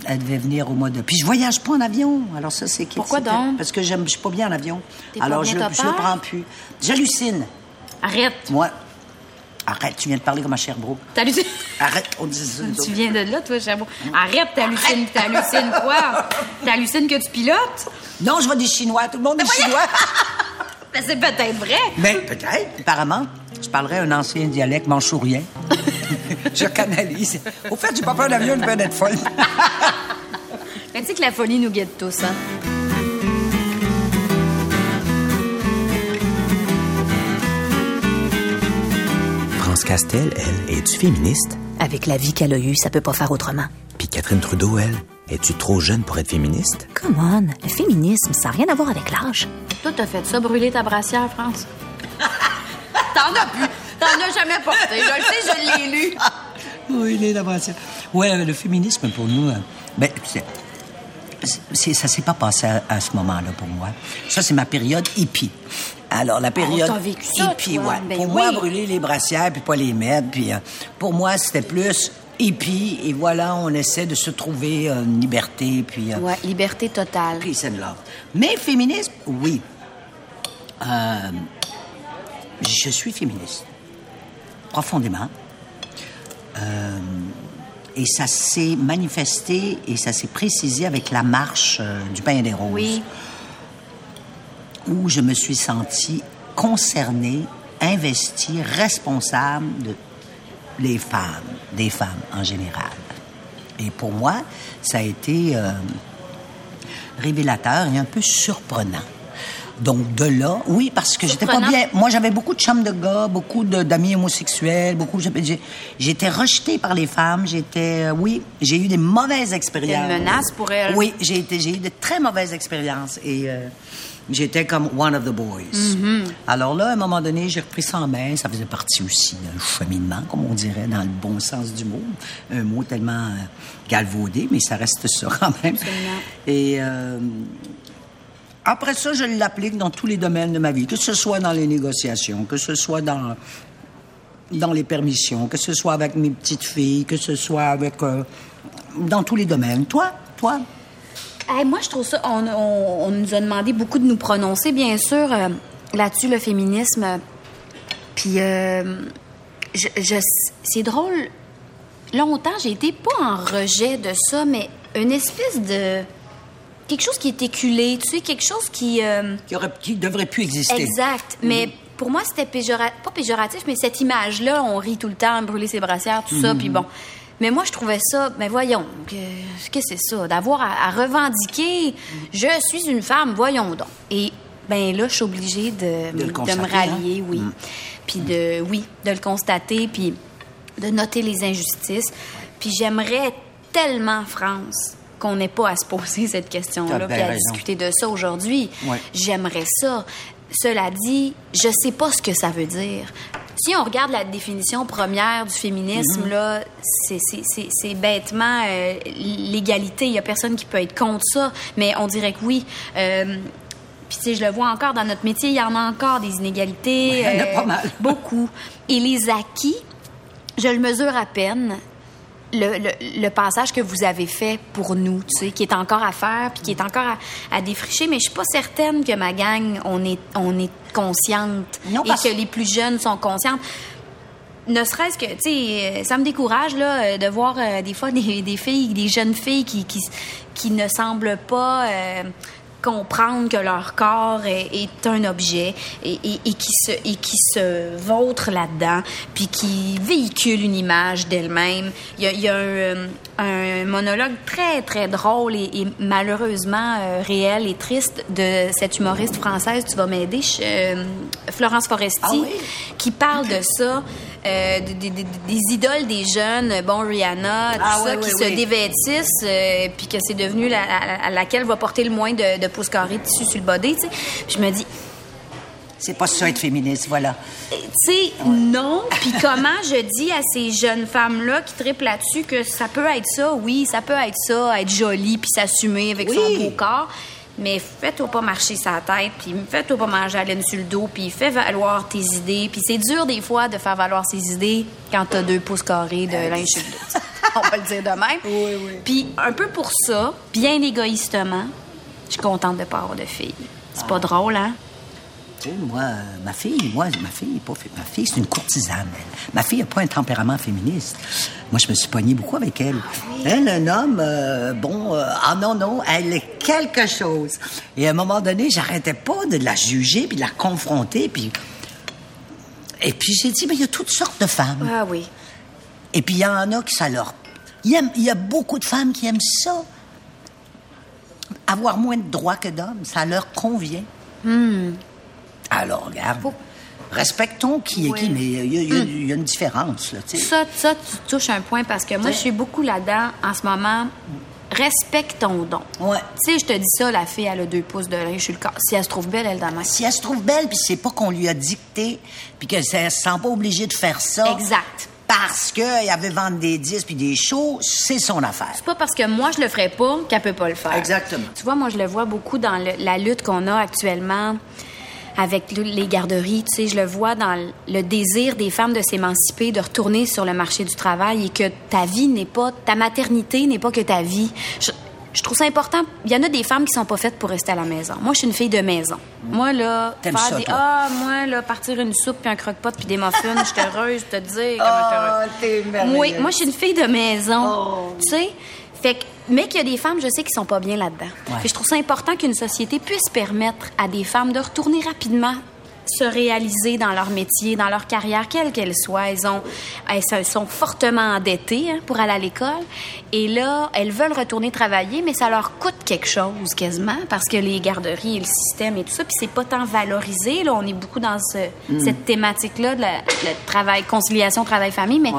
elle devait venir au mois de. Puis je voyage pas en avion, alors ça, c'est Pourquoi c'est- donc? Parce que j'aime, je suis pas bien en avion. T'es pas alors bien, je, t'as je le peur? prends plus. J'hallucine, Arrête. moi. Arrête, tu viens de parler comme à Sherbrooke. T'hallucines. Arrête, on dit ça. nous Tu autres. viens de là, toi, Chabot. Arrête, t'hallucines. T'hallucines quoi? T'hallucines que tu pilotes? Non, je vois des Chinois. Tout le monde est Chinois. Ben, c'est peut-être vrai. Mais peut-être. Ben, Apparemment, je parlerais un ancien dialecte manchourien. je canalise. Au fait, j'ai pas peur d'avion, j'ai peur d'être folle. Mais tu sais que la folie nous guide tous, hein? France Castel, elle, es-tu féministe? Avec la vie qu'elle a eue, ça peut pas faire autrement. Puis Catherine Trudeau, elle, es-tu trop jeune pour être féministe? Come on, le féminisme, ça n'a rien à voir avec l'âge. Toi, t'as fait ça, brûler ta brassière, France. T'en as plus. T'en as jamais porté. Je le sais, je l'ai lu. Ah. Oui, il est là-bas. Ouais, euh, le féminisme pour nous, euh, ben, c'est- c'est- ça s'est pas passé à, à ce moment-là pour moi. Ça, c'est ma période hippie. Alors, la période Ah, t'as vécu ça, hippie, toi. ouais. Ben pour moi, oui. brûler les brassières puis pas les mettre, puis euh, pour moi, c'était plus hippie. Et voilà, on essaie de se trouver euh, une liberté, puis... euh, Ouais, liberté totale. Peace and love. Mais féminisme, oui. Euh, je suis féministe. Profondément. Euh, et ça s'est manifesté et ça s'est précisé avec la marche euh, du pain et des roses. Oui. Où je me suis sentie concernée, investie, responsable de les femmes, des femmes en général. Et pour moi, ça a été... euh, révélateur et un peu surprenant. Donc de là, oui, parce que j'étais pas Surprenant. bien. Moi, j'avais beaucoup de chums de gars, beaucoup de- d'amis homosexuels, beaucoup. j'avais- j'ai- J'étais rejetée par les femmes. J'étais, euh, oui, j'ai eu des mauvaises expériences. menace pour elles. Oui, j'ai été, j'ai eu de très mauvaises expériences et euh, j'étais comme one of the boys. Alors là, à un moment donné, j'ai repris ça en main. Ça faisait partie aussi d'un cheminement, comme on dirait, dans le bon sens du mot. Un mot tellement euh, galvaudé, mais ça reste ça quand même. Et euh, après ça, je l'applique dans tous les domaines de ma vie, que ce soit dans les négociations, que ce soit dans dans les permissions, que ce soit avec mes petites filles, que ce soit avec euh, dans tous les domaines. Toi, toi, Hey, moi, je trouve ça. On, on- on nous a demandé beaucoup de nous prononcer, bien sûr, euh, là-dessus, le féminisme. euh, Puis, euh, je, je- c'est drôle. Longtemps, j'ai été pas en rejet de ça, mais une espèce de. Quelque chose qui est éculé, tu sais, quelque chose qui. euh, qui, aurait, qui devrait plus exister. Mm-hmm. Exact. Mais pour moi, c'était péjoratif, pas péjoratif, mais cette image-là, on rit tout le temps, brûler ses brassières, tout Mm-hmm. ça, puis bon. Mais moi, je trouvais ça, mais voyons, que- qu'est-ce que c'est ça? D'avoir à, à revendiquer, Mm-hmm. je suis une femme, voyons donc. Et ben là, je suis obligée de, De le me constater, hein? Mm. rallier, oui. Puis de, oui, de le constater, puis de noter les injustices. Puis j'aimerais tellement, France, qu'on n'ait pas à se poser cette question-là, T'as puis bien à raison. discuter de ça aujourd'hui. Ouais. J'aimerais ça. Cela dit, je sais pas ce que ça veut dire. Si on regarde la définition première du féminisme, Mm-hmm. là, c'est- c'est- c'est c'est bêtement euh, l'égalité. Il y a personne qui peut être contre ça, mais on dirait que oui. Euh, puis, tu sais, je le vois encore dans notre métier, il y en a encore des inégalités. euh, Ouais, il y en a pas mal. Beaucoup. Et les acquis, je le mesure à peine. Le, le- le passage que vous avez fait pour nous, tu sais, qui est encore à faire, puis qui est encore à, à défricher, mais je suis pas certaine que ma gang, on est, on est consciente Non, et parce- que les plus jeunes sont conscientes. Ne serait-ce que, tu sais, euh, ça me décourage là euh, de voir euh, des fois des, des filles, des jeunes filles qui qui, qui ne semblent pas euh, comprendre que leur corps est, est un objet et, et- et qui se et qui se vautrent là-dedans, puis qui véhiculent une image d'elles-mêmes. Il y a, il y a un, euh, un monologue très très drôle et, et malheureusement euh, réel et triste de cette humoriste française. Tu vas m'aider, je- euh, Florence Foresti Ah oui? qui parle de ça, euh, de- de- de- des, idoles des jeunes, bon Rihanna, tout Ah ça, oui, qui oui, se oui. dévêtissent, euh, puis que c'est devenu la, la- laquelle va porter le moins de, de pouces carrés de tissu sur le body, tu sais. Puis Je me dis, C'est pas ça être féministe, voilà. tu sais, non. Puis comment je dis à ces jeunes femmes-là qui triplent là-dessus que ça peut être ça, oui, ça peut être ça, être jolie puis s'assumer avec Oui. son beau corps. Mais fais-toi pas marcher sa tête, puis fais-toi pas manger la laine sur le dos, puis fais valoir tes idées. Puis c'est dur des fois de faire valoir ses idées quand t'as deux pouces carrés de linge sur le dos. On peut le dire de même. Oui, oui. Puis un peu pour ça, bien égoïstement, je suis contente de pas avoir de filles. C'est pas drôle, hein? Tu sais, moi, euh, ma fille, moi, ma fille, est pas fait- ma fille, c'est une courtisane. elle. Ma fille n'a pas un tempérament féministe. Moi, je me suis pognée beaucoup avec elle. Elle, un homme, euh, bon, euh, ah non, non, elle est quelque chose. Et à un moment donné, j'arrêtais pas de la juger, puis de la confronter, puis... Et puis j'ai dit, mais il y a toutes sortes de femmes. Ah oui. Et puis, il y en a qui ça leur... Il y a- il y a beaucoup de femmes qui aiment ça. Avoir moins de droits que d'hommes, ça leur convient. Hmm. Alors, regarde, respectons qui est qui, mais il y, a- il y Hmm. a- il y a une différence, là, tu sais. Ça, ça, tu touches un point parce que moi, je suis beaucoup là-dedans en ce moment. Respecte ton don. Ouais. Tu sais, je te dis ça, la fille, elle a deux pouces de linge sur le corps. Si elle se trouve belle, elle demain. Si elle se trouve belle, puis c'est pas qu'on lui a dicté, puis qu'elle se sent pas obligée de faire ça... Exact. Parce qu'elle avait vendre des disques puis des shows, c'est son affaire. C'est pas parce que moi, je le ferais pas qu'elle peut pas le faire. Exactement. Tu vois, moi, je le vois beaucoup dans le- la lutte qu'on a actuellement avec le- les garderies. Tu sais, je le vois dans le- le désir des femmes de s'émanciper, de retourner sur le marché du travail et que ta vie n'est pas, ta maternité n'est pas que ta vie. Je, je trouve ça important. Il y en a des femmes qui sont pas faites pour rester à la maison. Moi, je suis une fille de maison. Moi, là, T'aimes faire ça, des, toi? ah, moi, là, partir une soupe puis un croque-pot puis des muffins, je suis heureuse de te dire comment je suis heureuse. Oh, t'es Oui, merveilleuse. Oh. moi, je suis une fille de maison. Tu sais? Fait que, mais qu'il y a des femmes, je sais, qui sont pas bien là-dedans. Ouais. Puis Je trouve ça important qu'une société puisse permettre à des femmes de retourner rapidement se réaliser dans leur métier, dans leur carrière, quelle qu'elle soit. Elles, ont, elles se- sont fortement endettées hein, pour aller à l'école. Et là, elles veulent retourner travailler, mais ça leur coûte quelque chose quasiment parce que les garderies et le système et tout ça, puis c'est pas tant valorisé. Là, on est beaucoup dans ce- cette thématique-là de la, le travail, conciliation travail-famille, mais...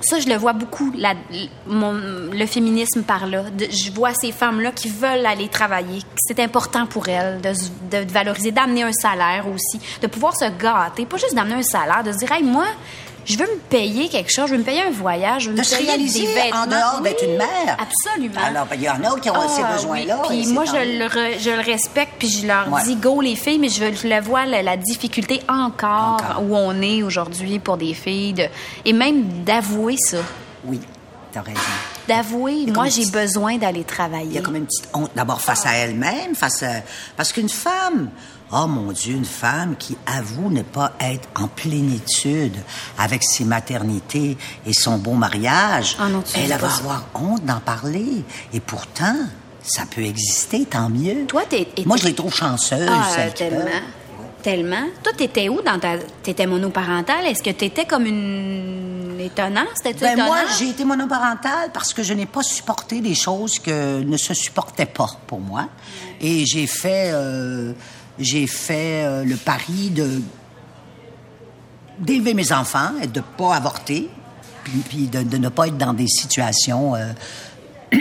Ça, je le vois beaucoup, la- l- mon- le féminisme par là. De- je vois ces femmes-là qui veulent aller travailler. que C'est important pour elles de, se- de- de valoriser, d'amener un salaire aussi, de pouvoir se gâter. Pas juste d'amener un salaire, de se dire, hey, moi, je veux me payer quelque chose, je veux me payer un voyage, je veux De me se payer réaliser des vêtements. en dehors Oui, d'être une mère. Absolument. Alors, ben, il y en a qui ont Ah, ces besoins-là. oui. et Puis c'est moi, tant je mieux. le, re- je le respecte, puis je leur Ouais. dis go les filles, mais je, je le vois la, la difficulté encore, Encore. où on est aujourd'hui pour des filles, de- et même d'avouer ça. Oui, t'as raison. D'avouer, moi, comme j'ai si- besoin d'aller Il y travailler. a comme une petite honte, d'abord face à elle-même, face à... Parce qu'une femme, oh mon Dieu, une femme qui avoue ne pas être en plénitude avec ses maternités et son beau mariage, Ah non, tu elle dis va pas ça. avoir honte d'en parler. Et pourtant, ça peut exister, tant mieux. Toi, t'es- et- Moi, je les trouve chanceuses. Ah, celles qui tellement. peuvent. Tellement. Toi, t'étais où dans ta. T'étais monoparentale? Est-ce que t'étais comme une étonnante? C'était-tu Ben, moi, étonnante? j'ai été monoparentale parce que je n'ai pas supporté des choses que ne se supportaient pas pour moi. Et j'ai fait, euh, j'ai fait euh, le pari de d'élever mes enfants et de pas avorter, puis, puis de, de ne pas être dans des situations euh,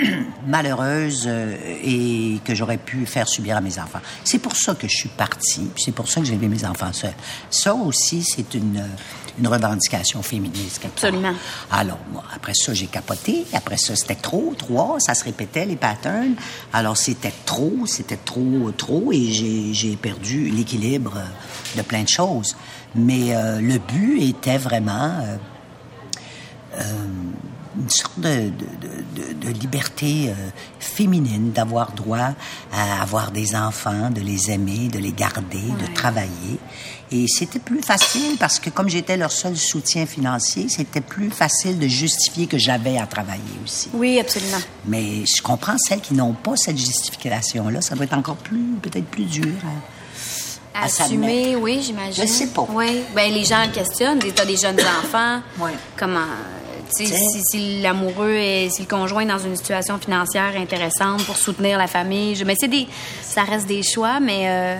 malheureuses euh, et que j'aurais pu faire subir à mes enfants. C'est pour ça que je suis partie, puis c'est pour ça que j'ai élevé mes enfants seuls. Ça aussi, c'est une, une revendication féministe. quelque part. Absolument. Alors, moi, après ça, j'ai capoté. Après ça, c'était trop, trois, ça se répétait, les patterns. Alors, c'était trop, c'était trop, trop, et j'ai- j'ai perdu l'équilibre euh, de plein de choses. Mais euh, le but était vraiment euh, euh, une sorte de, de- de- de- de liberté euh, féminine, d'avoir droit à avoir des enfants, de les aimer, de les garder, de travailler. Et c'était plus facile parce que comme j'étais leur seul soutien financier, c'était plus facile de justifier que j'avais à travailler aussi. Oui, absolument. Mais je comprends celles qui n'ont pas cette justification-là, ça doit être encore plus, peut-être plus dur. hein. À Assumer, s'admettre. oui, j'imagine. Je sais pas. Oui. Ben, les gens le questionnent. Des- T'as des jeunes enfants. Ouais. Comment. Tu sais, T'sais. si, si l'amoureux et si le conjoint est dans une situation financière intéressante pour soutenir la famille. Je, mais c'est des. Ça reste des choix, mais. Euh,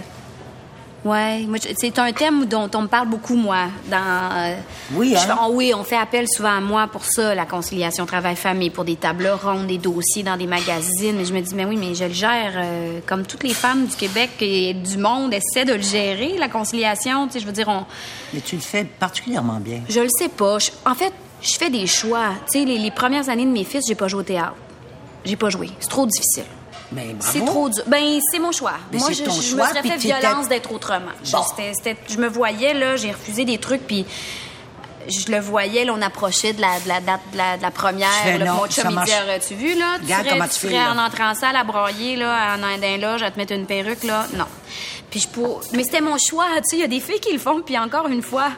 ouais. Moi, je- c'est un thème dont on me parle beaucoup, moi. Dans, euh, Oui, je hein? fais- on- oui, on fait appel souvent à moi pour ça, la conciliation travail-famille, pour des tables rondes, des dossiers dans des magazines. Mais je me dis, mais oui, mais je le gère euh, comme toutes les femmes du Québec et du monde essaient de le gérer, la conciliation. Tu sais, je veux dire, on, Mais tu le fais particulièrement bien. je le sais pas. Je- en fait, je fais des choix. Tu sais, les, les premières années de mes fils, j'ai pas joué au théâtre. J'ai pas joué. C'est trop difficile. Mais bravo. C'est trop dur. Ben, c'est mon choix. Mais Moi, c'est je, ton je choix, me serais puis fait tu étais- violence d'être autrement. Je, Bon. c'était- c'était- je me voyais, là, j'ai refusé des trucs, puis je le voyais, là, on approchait de la, de la date de la, de la première. Tu fais là, non, mon chum, ça il dit, marche. Aurais-tu vu, là? Regarde ferais- comment tu ferais files, là. en entrant en salle à broyer, là, en un d'un loge, à te mettre une perruque, là? Non. Puis je pour... Mais c'était mon choix, tu sais. Il y a des filles qui le font, puis encore une fois,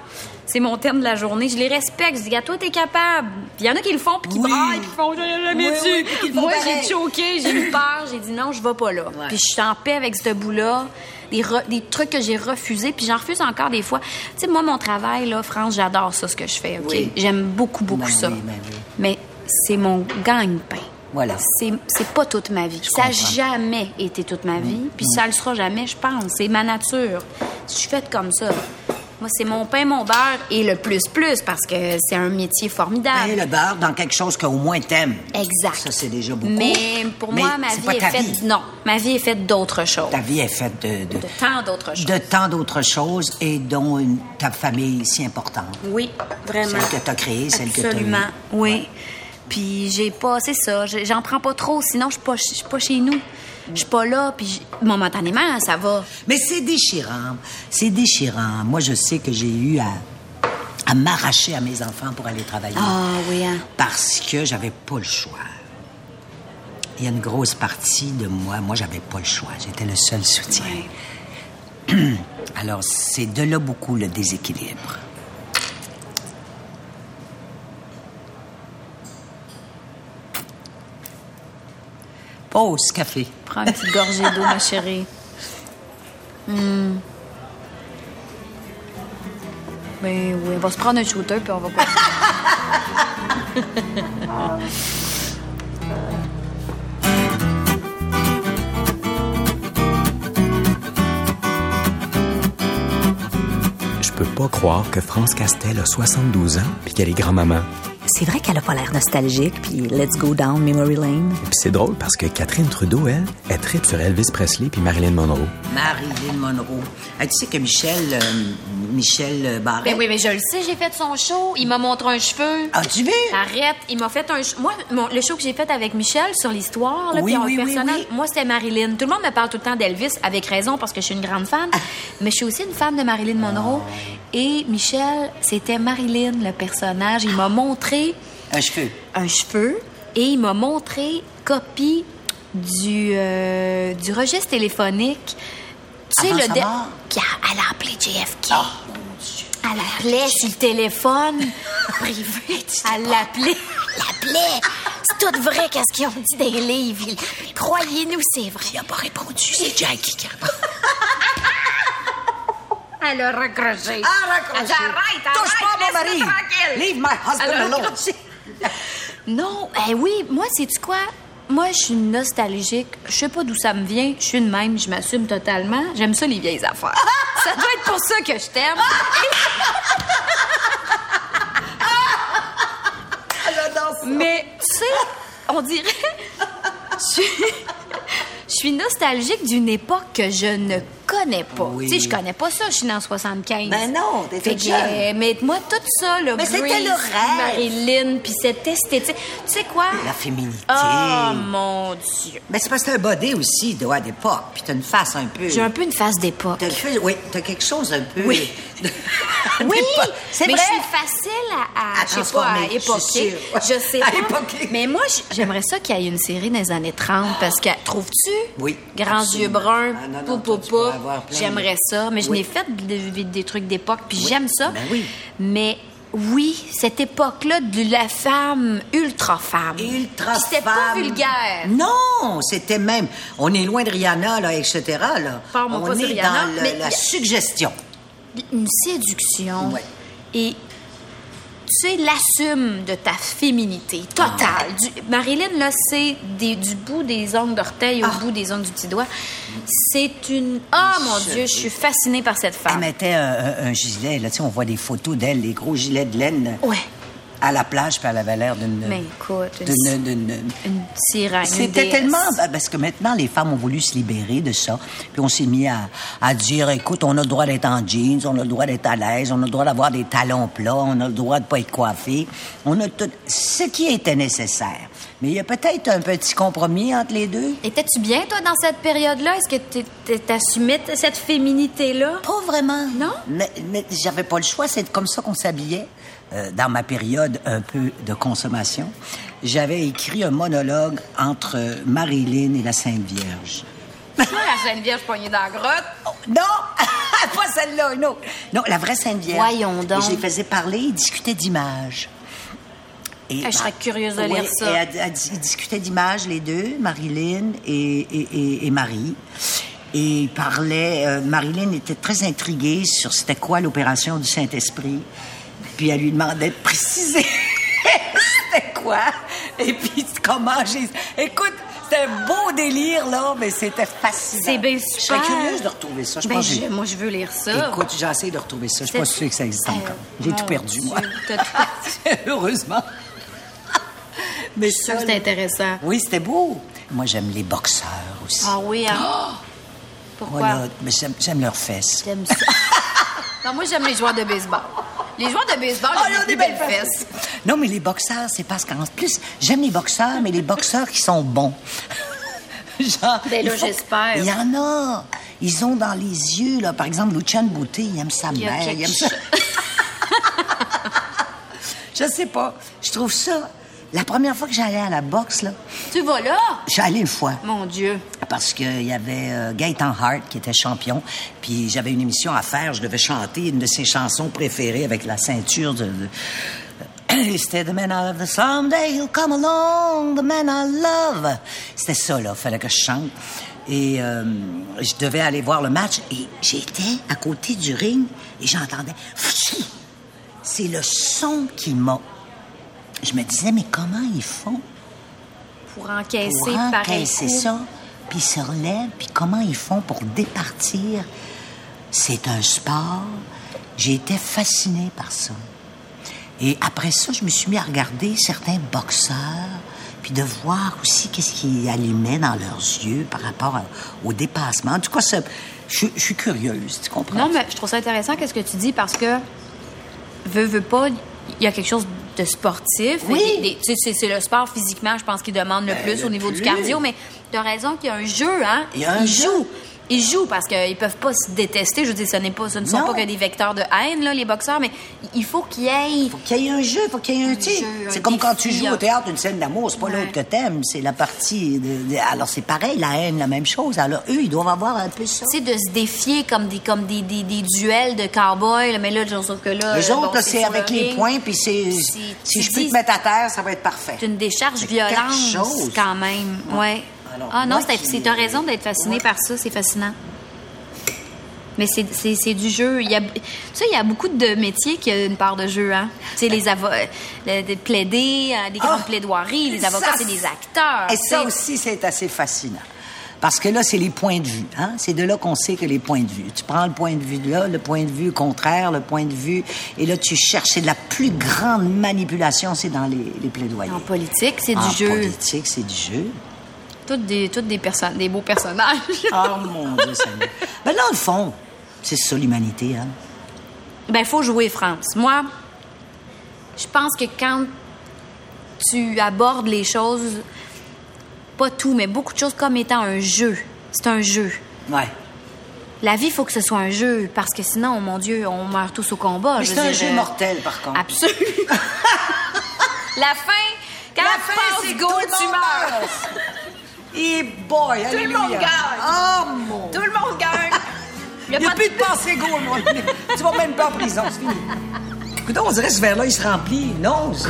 c'est mon thème de la journée. Je les respecte. Je dis, gars, toi, t'es capable. Puis il y en a qui le font, puis qui Oui. braillent, puis qui font, j'aurais jamais Oui, dû. oui, puis qui le font Moi, pareil. j'ai choqué, j'ai eu peur, j'ai dit, non, je vais pas là. Puis je suis en paix avec ce bout-là. Des, re- des trucs que j'ai refusés, puis j'en refuse encore des fois. Tu sais, moi, mon travail, là, France, j'adore ça, ce que je fais, OK? Oui. J'aime beaucoup, beaucoup Ben ça. oui, ben oui. Mais c'est mon gagne-pain. Voilà. C'est c'est pas toute ma vie. ça n'a comprends. Mm. jamais été toute ma vie. Puis ça le sera jamais, je pense. C'est ma nature. Je suis faite comme ça. Moi, c'est mon pain, mon beurre et le plus plus parce que c'est un métier formidable. Ben, le beurre dans quelque chose qu'au moins t'aimes. exact. Ça, c'est déjà beaucoup. Mais pour Mais moi, ma c'est vie pas est ta faite. vie. Non, ma vie est faite d'autres choses. Ta vie est faite de, de, De tant d'autres choses. de tant d'autres choses et dont une- ta famille si importante. Oui, vraiment. Celle que t'as créée, celle que t'as eue. Absolument, oui. Puis j'ai pas, c'est ça, j'ai- j'en prends pas trop, sinon je suis pas, je suis pas chez nous. Je suis pas là, puis j'- momentanément, ça va. Mais c'est déchirant. C'est déchirant. Moi, je sais que j'ai eu à, à m'arracher à mes enfants pour aller travailler. Ah oui, hein. Parce que j'avais pas le choix. Il y a une grosse partie de moi, moi, j'avais pas le choix. J'étais le seul soutien. Alors, c'est de là beaucoup le déséquilibre. Pause café. Prends une petite gorgée d'eau, ma chérie. Hmm. Ben oui, on va se prendre un shooter, puis on va pas. Je peux pas croire que France Castel a 72 ans puis qu'elle est grand-maman. C'est vrai qu'elle a pas l'air nostalgique, puis let's go down memory lane. Puis c'est drôle parce que Catherine Trudeau, elle, elle tripe sur Elvis Presley puis Marilyn Monroe. Marilyn Monroe. Ah, tu sais que Michel, euh, Michel euh, Barrette. Ben oui, mais je le sais, j'ai fait son show. Il m'a montré un cheveu. As-tu vu? Arrête, il m'a fait un. ch- Moi, mon- le show que j'ai fait avec Michel sur l'histoire, là, Oui, puis un oui, oui, personnage, oui. moi c'était Marilyn. Tout le monde me parle tout le temps d'Elvis, avec raison parce que je suis une grande Ah. fan, mais je suis aussi une fan de Marilyn Monroe. Et Michel, c'était Marilyn le personnage. Il m'a montré Un cheveu. un cheveu et il m'a montré copie du euh, du registre téléphonique. Tu sais Avant le sa dé- mort? qui a, elle a appelé JFK. Elle appelait sur le téléphone privé. Elle l'appelait. Elle l'appelait. C'est tout vrai qu'est-ce qu'ils ont dit des livres. Ils- Croyez-nous, c'est vrai. Il n'a pas répondu, c'est Jackie qui a répondu. Elle a raccroché. Ah, raccroché. Arrête, arrête, Touche pas à mon mari. laisse-le tranquille. Leave my husband Elle a alone. raccroché. Non, eh oui, moi, c'est-tu quoi? Moi, je suis nostalgique. Je sais pas d'où ça me vient. Je suis de même. Je m'assume totalement. J'aime ça, les vieilles affaires. ça doit être pour ça que je t'aime. Mais, tu sais, on dirait. Je suis- je suis nostalgique d'une époque que je ne connais pas. Oui. Tu sais, je connais pas ça. Je suis née en 75. Ben non, t'es Fait toute que, jeune. euh, Mais moi, tout ça, là, Mais c'était Grease, le rêve. Marilyn, puis cette esthétique. Tu sais quoi? La féminité. Oh mon Dieu. Mais c'est parce que t'as un body aussi, de à d'époque. Puis t'as une face un peu. J'ai un peu une face d'époque. T'as le fait- oui, t'as quelque chose un peu. Oui. D'époque. c'est mais vrai. je suis facile à, à, À je sais pas, à transformer, je suis époquer. sûre. Je sais À pas. époquer. Mais moi, j- j'aimerais ça qu'il y ait une série des années 30 parce que, trouves-tu? Oui, Grands absolument. yeux bruns, Ah, non, non, pou, toi, pou, tu pou. pourrais avoir plein de- J'aimerais ça, mais je Oui. n'ai fait de- des, trucs d'époque, puis j'aime ça. Ben oui. Mais oui, cette époque-là de la femme ultra-femme. Ultra Puis C'était pas femme. vulgaire. Non, c'était même. On est loin de Rihanna, là, etc. Là. Parle-moi on pas est de Rihanna, dans le- mais- la suggestion. une séduction Ouais. et tu sais, l'assume de ta féminité totale. Du- Marilyn, là, c'est des- du bout des ongles d'orteil au Ah. bout des ongles du petit doigt. C'est une... Ah, mon Dieu, je suis fascinée par cette Elle femme. mettait un, un- un gilet. Là, tu sais, on voit des photos d'elle, les gros gilets de laine. Ouais. À la plage, puis elle avait l'air d'une. Mais écoute, d'une- une, d'une- une sirène, une C'était déesse. tellement. ben, Parce que maintenant, les femmes ont voulu se libérer de ça. Puis on s'est mis à, à dire écoute, on a le droit d'être en jeans, on a le droit d'être à l'aise, on a le droit d'avoir des talons plats, on a le droit de pas être coiffé. On a tout. Ce qui était nécessaire. Mais il y a peut-être un petit compromis entre les deux. Étais-tu bien, toi, dans cette période-là? Est-ce que t'es- t'es- t'assumais t- cette féminité-là? Pas vraiment. Non? Mais, mais j'avais pas le choix, c'est comme ça qu'on s'habillait. euh, dans ma période un peu de consommation, j'avais écrit un monologue entre euh, Marilyn et la Sainte Vierge. Pas la Sainte Vierge poignée dans la grotte. Non! pas celle-là, non. Non, la vraie Sainte Vierge. Voyons donc. Et je les faisais parler, ils discutaient d'images. Et, Ah, je serais curieuse de oui, lire ça. Et elle- elle dis- ils discutaient d'images, les deux, Marilyn et, et- et- et Marie. Et ils parlaient... euh, Marilyn était très intriguée sur c'était quoi l'opération du Saint-Esprit. Puis elle lui demandait de préciser c'était quoi. Et puis comment j'ai... Écoute, c'était un beau délire, là, mais c'était fascinant. C'est bien Je serais super. curieuse de retrouver ça. Je Ben, pense que j'ai- je- moi, je veux lire ça. Écoute, j'ai essayé de retrouver ça. Je suis pas C'est- sûre que ça existe Euh, encore. J'ai mon tout perdu, Dieu, moi. t'as tout Heureusement. Mais ça, Ça, c'est là- intéressant. Oui, c'était beau. Moi, j'aime les boxeurs aussi. Ah oui, hein? Pourquoi? Voilà. Mais j'aime, j'aime leurs fesses. J'aime ça. non, moi, j'aime les joueurs de baseball. Les joueurs de baseball, Oh, ils ont des plus belles fesses. Non, mais les boxeurs, c'est parce qu'en plus, j'aime les boxeurs, mais les boxeurs qui sont bons. Genre, Ben là, il faut- j'espère. Il y en a. Ils ont dans les yeux, là. Par exemple, Lucien Bouté, il aime sa Il y a mère. quelque il aime ça. Je sais pas. Je trouve ça. La première fois que j'allais à la boxe, là, Tu vas là? je suis allée une fois. Mon Dieu. Parce qu'il y avait euh, Gaëtan Hart qui était champion, puis j'avais une émission à faire, je devais chanter une de ses chansons préférées avec la ceinture de. de- C'était The Man I Love, Someday He'll Come Along, The Man I Love. C'était ça, là, fallait que je chante. Et euh, je devais aller voir le match, et j'étais à côté du ring, et j'entendais. Fouchi C'est le son qui m'a. Je me disais, mais comment ils font? Pour encaisser pour pareil. encaisser coup. ça, puis ils se relèvent, puis comment ils font pour départir. C'est un sport. J'ai été fascinée par ça. Et après ça, je me suis mis à regarder certains boxeurs, puis de voir aussi qu'est-ce qui allumait dans leurs yeux par rapport à- au dépassement. En tout cas, ça- je, je suis curieuse, tu comprends? Non, mais je trouve ça intéressant qu'est-ce que tu dis parce que, veux, veux pas, il y a quelque chose de sportif. Oui. Ben, Et des- des- tu sais, c'est- c'est le sport physiquement, je pense, qui demande le plus le au niveau du plus. cardio, mais tu as raison qu'il y a un jeu, hein? Il y a un Ils jeu. jouent. Ils jouent parce qu'ils peuvent pas se détester. Je veux dire, ce, n'est pas, ce ne sont Non. pas que des vecteurs de haine, là, les boxeurs, mais il faut qu'il y ait. Faut qu'il y ait un jeu, faut qu'il y ait un tir. jeu, un C'est comme quand tu défi, joues un- au théâtre une scène d'amour, c'est pas Ouais. l'autre que t'aimes, c'est la partie. de- de- Alors c'est pareil, la haine, la même chose. Alors eux, ils doivent avoir un peu ça. Tu sais, de se défier comme des, comme des, des, des duels de cow-boys, là, mais là, genre, sauf que là. Les euh, autres, bon, là, c'est sur avec le les ring. points, puis c'est. Si- Si tu je peux dis- te mettre à terre, ça va être parfait. C'est une décharge C'est violente, quelque chose. quand même. Ouais. Alors, ah non, moi c'est qui- c'est- t'as raison d'être fasciné Ouais. par ça, c'est fascinant. Mais c'est- c'est c'est du jeu. Il y a, tu sais, il y a beaucoup de métiers qui ont une part de jeu, hein. Tu sais, les avocats, les plaidés, euh, les grandes Ah! plaidoiries, les avocats, Ça, c'est des acteurs. Et tu ça sais. aussi, c'est assez fascinant. Parce que là, c'est les points de vue. Hein? C'est de là qu'on sait que les points de vue. Tu prends le point de vue de là, le point de vue contraire, le point de vue. Et là, tu cherches. C'est de la plus grande manipulation, c'est dans les, les plaidoyers. En politique, c'est En du jeu. politique, c'est du jeu. Toutes des, toutes des personnes, des beaux personnages. Oh mon Dieu, Seigneur. Ben, dans le fond, c'est ça l'humanité. Hein? Ben, faut jouer, France. Moi, je pense que quand tu abordes les choses, pas tout, mais beaucoup de choses comme étant un jeu, c'est un jeu. Ouais. La vie, faut que ce soit un jeu, parce que sinon, oh mon Dieu, on meurt tous au combat. Mais je c'est veux un dire, jeu euh, mortel, par contre. Absolument. La fin, quand La tu fin, passes c'est que go, tout le tu monde meurs. meurt. Et boy, le alléluia. monde gagne. Oh mon Tout le monde gagne. Il y a Il n'y a pas de- plus de pensée go, moi. tu vas même pas en prison, c'est fini. Écoute, on dirait que ce verre-là, il se remplit. Non, c'est-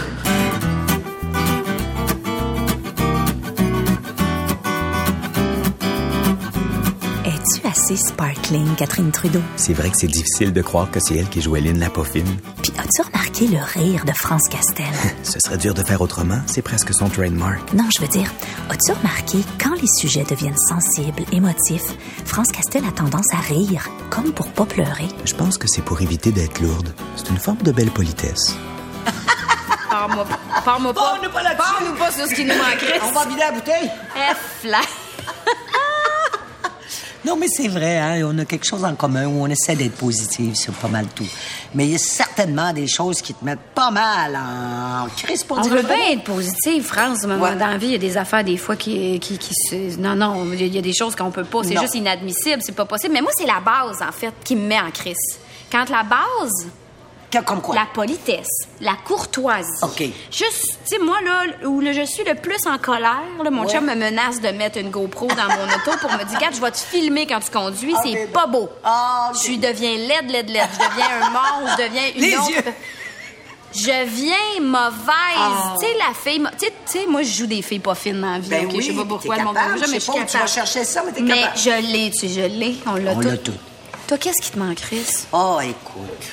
Es-tu assez sparkling, Catherine Trudeau? C'est vrai que c'est difficile de croire que c'est elle qui jouait Lynn la Poffine. Puis as-tu remarqué le rire de France Castel? Ce serait dur de faire autrement, c'est presque son trademark. non, je veux dire, as-tu remarqué quand les sujets deviennent sensibles, émotifs, France Castel a tendance à rire, comme pour pas pleurer. Je pense que c'est pour éviter d'être lourde. C'est une forme de belle politesse. Parle-moi parle-moi pas. Parle-nous pas là-dessus. Parle-nous pas sur ce qui nous manquerait. on va vider la bouteille. F, là. Non, mais c'est vrai, hein, on a quelque chose en commun où on essaie d'être positif sur pas mal tout. Mais il y a certainement des choses qui te mettent pas mal en crise pour On dire veut le vrai bien être positif, France. mais Ouais. Dans la vie, il y a des affaires des fois qui, qui, qui se... Non, non, il y a des choses qu'on peut pas. C'est Non. juste inadmissible, c'est pas possible. Mais moi, c'est la base, en fait, qui me met en crise. Quand la base Que- comme quoi? La politesse, la courtoisie. OK. Juste, tu sais, moi, là, où le- je suis le plus en colère, là, mon Ouais. chum me menace de mettre une GoPro dans mon auto pour me dire, regarde, je vais te filmer quand tu conduis, Ah, c'est ben, pas beau. ah, Je deviens laide, laide, laide. Je deviens un monstre, je deviens une Les autre. yeux. Je viens mauvaise. Tu sais, la fille. mo- Tu sais- tu sais, moi, je joue des filles pas fines dans la vie. Ah. Ben ok? oui, je sais pas pourquoi, t'es mon capable, gars, je mais je sais pas suis où tu capable. vas chercher ça, mais t'es Mais capable. je l'ai, tu sais, je l'ai. On l'a tout. On l'a tout. Toi, qu'est-ce qui te manque, Chris? Oh, écoute,